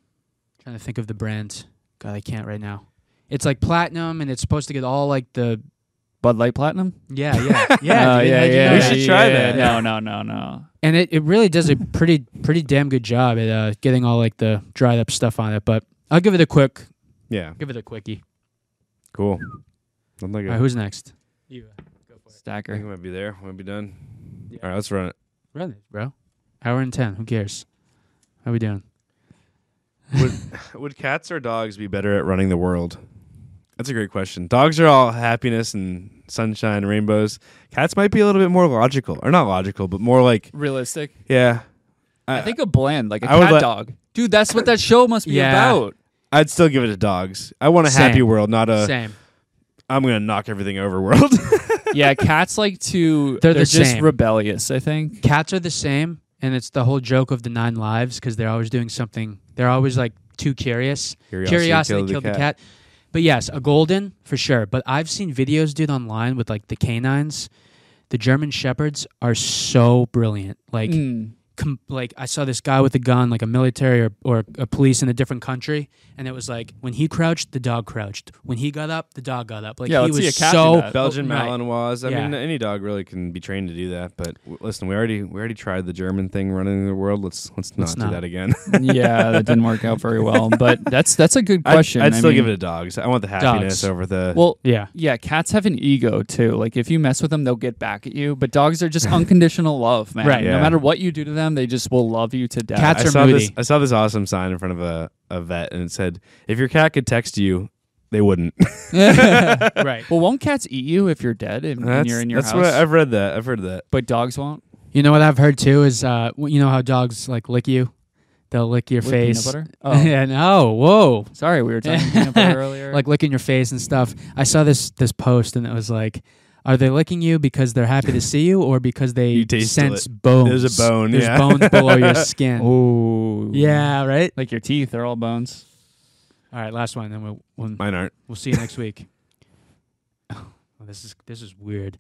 Speaker 1: trying to think of the brand. God, I can't right now. It's like platinum, and it's supposed to get all like the
Speaker 3: Bud Light Platinum.
Speaker 1: yeah, yeah, yeah,
Speaker 3: Oh,
Speaker 1: dude, how'd you know
Speaker 2: We
Speaker 1: that?
Speaker 2: should try that.
Speaker 3: No, no, no, no.
Speaker 1: And it, it really does a pretty pretty damn good job at uh, getting all like the dried up stuff on it. But I'll give it a quick
Speaker 2: Yeah,
Speaker 1: give it a quickie.
Speaker 2: cool. I'm like,
Speaker 1: All right, who's next? You
Speaker 2: I think
Speaker 3: Stacker.
Speaker 2: I might be there. I might be done.
Speaker 1: Yeah.
Speaker 2: All right, let's run it.
Speaker 1: run it, bro. Hour and ten. Who cares? How we doing?
Speaker 2: Would cats or dogs be better at running the world? That's a great question. Dogs are all happiness and sunshine, and rainbows. Cats might be a little bit more logical, or not logical, but more like
Speaker 3: Realistic.
Speaker 2: yeah.
Speaker 3: I think a blend, like a
Speaker 2: I would
Speaker 3: cat
Speaker 2: let-
Speaker 3: dog. Dude, that's what that show must be
Speaker 1: Yeah.
Speaker 3: about.
Speaker 2: I'd still give it to dogs. I want a
Speaker 1: Same.
Speaker 2: happy world, not a
Speaker 1: Same.
Speaker 2: am gonna knock everything over world.
Speaker 3: yeah, cats like to.
Speaker 1: They're
Speaker 3: They're,
Speaker 1: the
Speaker 3: just
Speaker 1: same.
Speaker 3: rebellious. I think.
Speaker 1: Cats are the same, and it's the whole joke of the nine lives because they're always doing something. They're always like too curious.
Speaker 2: Curiosity
Speaker 1: killed, the, cat. But yes, a golden for sure. But I've seen videos, dude, online with like the canines. The German shepherds are so brilliant. Like,
Speaker 3: Mm.
Speaker 1: com- like I saw this guy with a gun, like a military or, or a police in a different country, and it was like when he crouched, the dog crouched. When he got up, the dog got up. Like
Speaker 3: Yeah,
Speaker 1: he
Speaker 3: let's
Speaker 1: was
Speaker 3: see a cat do
Speaker 1: so
Speaker 3: that.
Speaker 2: Belgian
Speaker 1: Uh, oh, Right.
Speaker 2: Malinois. I
Speaker 1: Yeah.
Speaker 2: mean, any dog really can be trained to do that. But w- listen, we already we already tried the German thing running the world. Let's let's not
Speaker 1: Let's
Speaker 2: do
Speaker 1: not.
Speaker 2: that again.
Speaker 3: yeah, that didn't work out very well. But that's that's a good
Speaker 2: I'd, I'd
Speaker 3: question.
Speaker 2: still
Speaker 3: I mean-
Speaker 2: give it to dogs. I want the happiness
Speaker 1: Dogs.
Speaker 2: over the.
Speaker 3: Well,
Speaker 1: Yeah,
Speaker 3: yeah, cats have an ego too. Like if you mess with them, they'll get back at you. But dogs are just unconditional love, man.
Speaker 1: Right.
Speaker 3: No
Speaker 2: Yeah.
Speaker 3: matter what you do to them, they just will love you to death.
Speaker 1: Cats
Speaker 2: I
Speaker 1: are
Speaker 2: saw
Speaker 1: moody.
Speaker 2: this. I saw this awesome sign in front of a, a vet, and it said, "If your cat could text you, they wouldn't."
Speaker 1: right.
Speaker 3: well, won't cats eat you if you're dead and, and
Speaker 2: that's
Speaker 3: you're in your
Speaker 2: that's
Speaker 3: house?
Speaker 2: what I- I've read. That I've heard that.
Speaker 3: but dogs won't.
Speaker 1: You know what I've heard too is uh, w- you know how dogs like lick you, they'll lick your
Speaker 3: With peanut
Speaker 1: face.
Speaker 3: butter? Oh.
Speaker 1: yeah, no, whoa,
Speaker 3: Sorry, we were talking peanut butter earlier.
Speaker 1: like licking your face and stuff. I saw this this post and it was like, are they licking you because they're happy to see you or because they
Speaker 2: You taste
Speaker 1: sense bones?
Speaker 2: There's a bone,
Speaker 1: There's
Speaker 2: yeah.
Speaker 1: bones below your skin.
Speaker 3: oh,
Speaker 1: Yeah, right.
Speaker 3: like your teeth. They're all bones.
Speaker 1: All right, last one, then we'll we'll,
Speaker 2: Mine aren't.
Speaker 1: we'll see you next week. Oh, this is this is weird.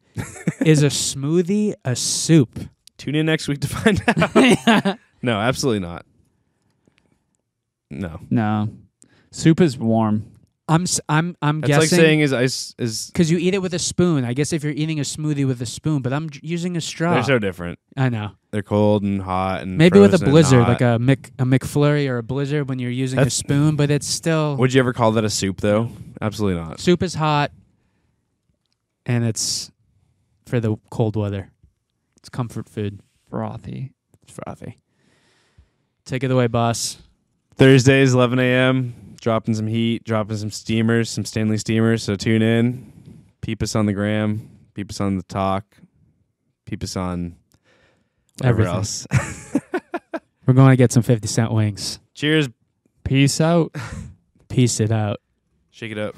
Speaker 1: is a smoothie a soup?
Speaker 2: Tune in next week to find out. no, absolutely not. No,
Speaker 3: No, soup is warm.
Speaker 1: I'm s- I'm I'm
Speaker 2: that's like
Speaker 1: guessing
Speaker 2: saying is ice is.
Speaker 1: because you eat it with a spoon. I guess if you're eating a smoothie with a spoon, but I'm j- using a straw.
Speaker 2: They're so different.
Speaker 1: I know.
Speaker 2: They're cold and hot and
Speaker 1: Maybe with a
Speaker 2: frozen and
Speaker 1: blizzard,
Speaker 2: hot.
Speaker 1: like a Mc, a McFlurry or a blizzard when you're using
Speaker 2: That's-
Speaker 1: a spoon, but it's still
Speaker 2: Would you ever call that a soup though? Absolutely not.
Speaker 1: soup is hot, and it's for the cold weather. It's comfort food.
Speaker 3: Frothy.
Speaker 1: It's frothy. Take it away, boss.
Speaker 2: Thursdays, 11 a.m. Dropping some heat, dropping some steamers, some Stanley steamers. So tune in, peep us on the gram, peep us on the talk, peep us on whatever
Speaker 1: Everything.
Speaker 2: else.
Speaker 1: We're going to get some fifty cent wings.
Speaker 2: Cheers,
Speaker 3: Peace out.
Speaker 1: Peace it out.
Speaker 2: shake it up.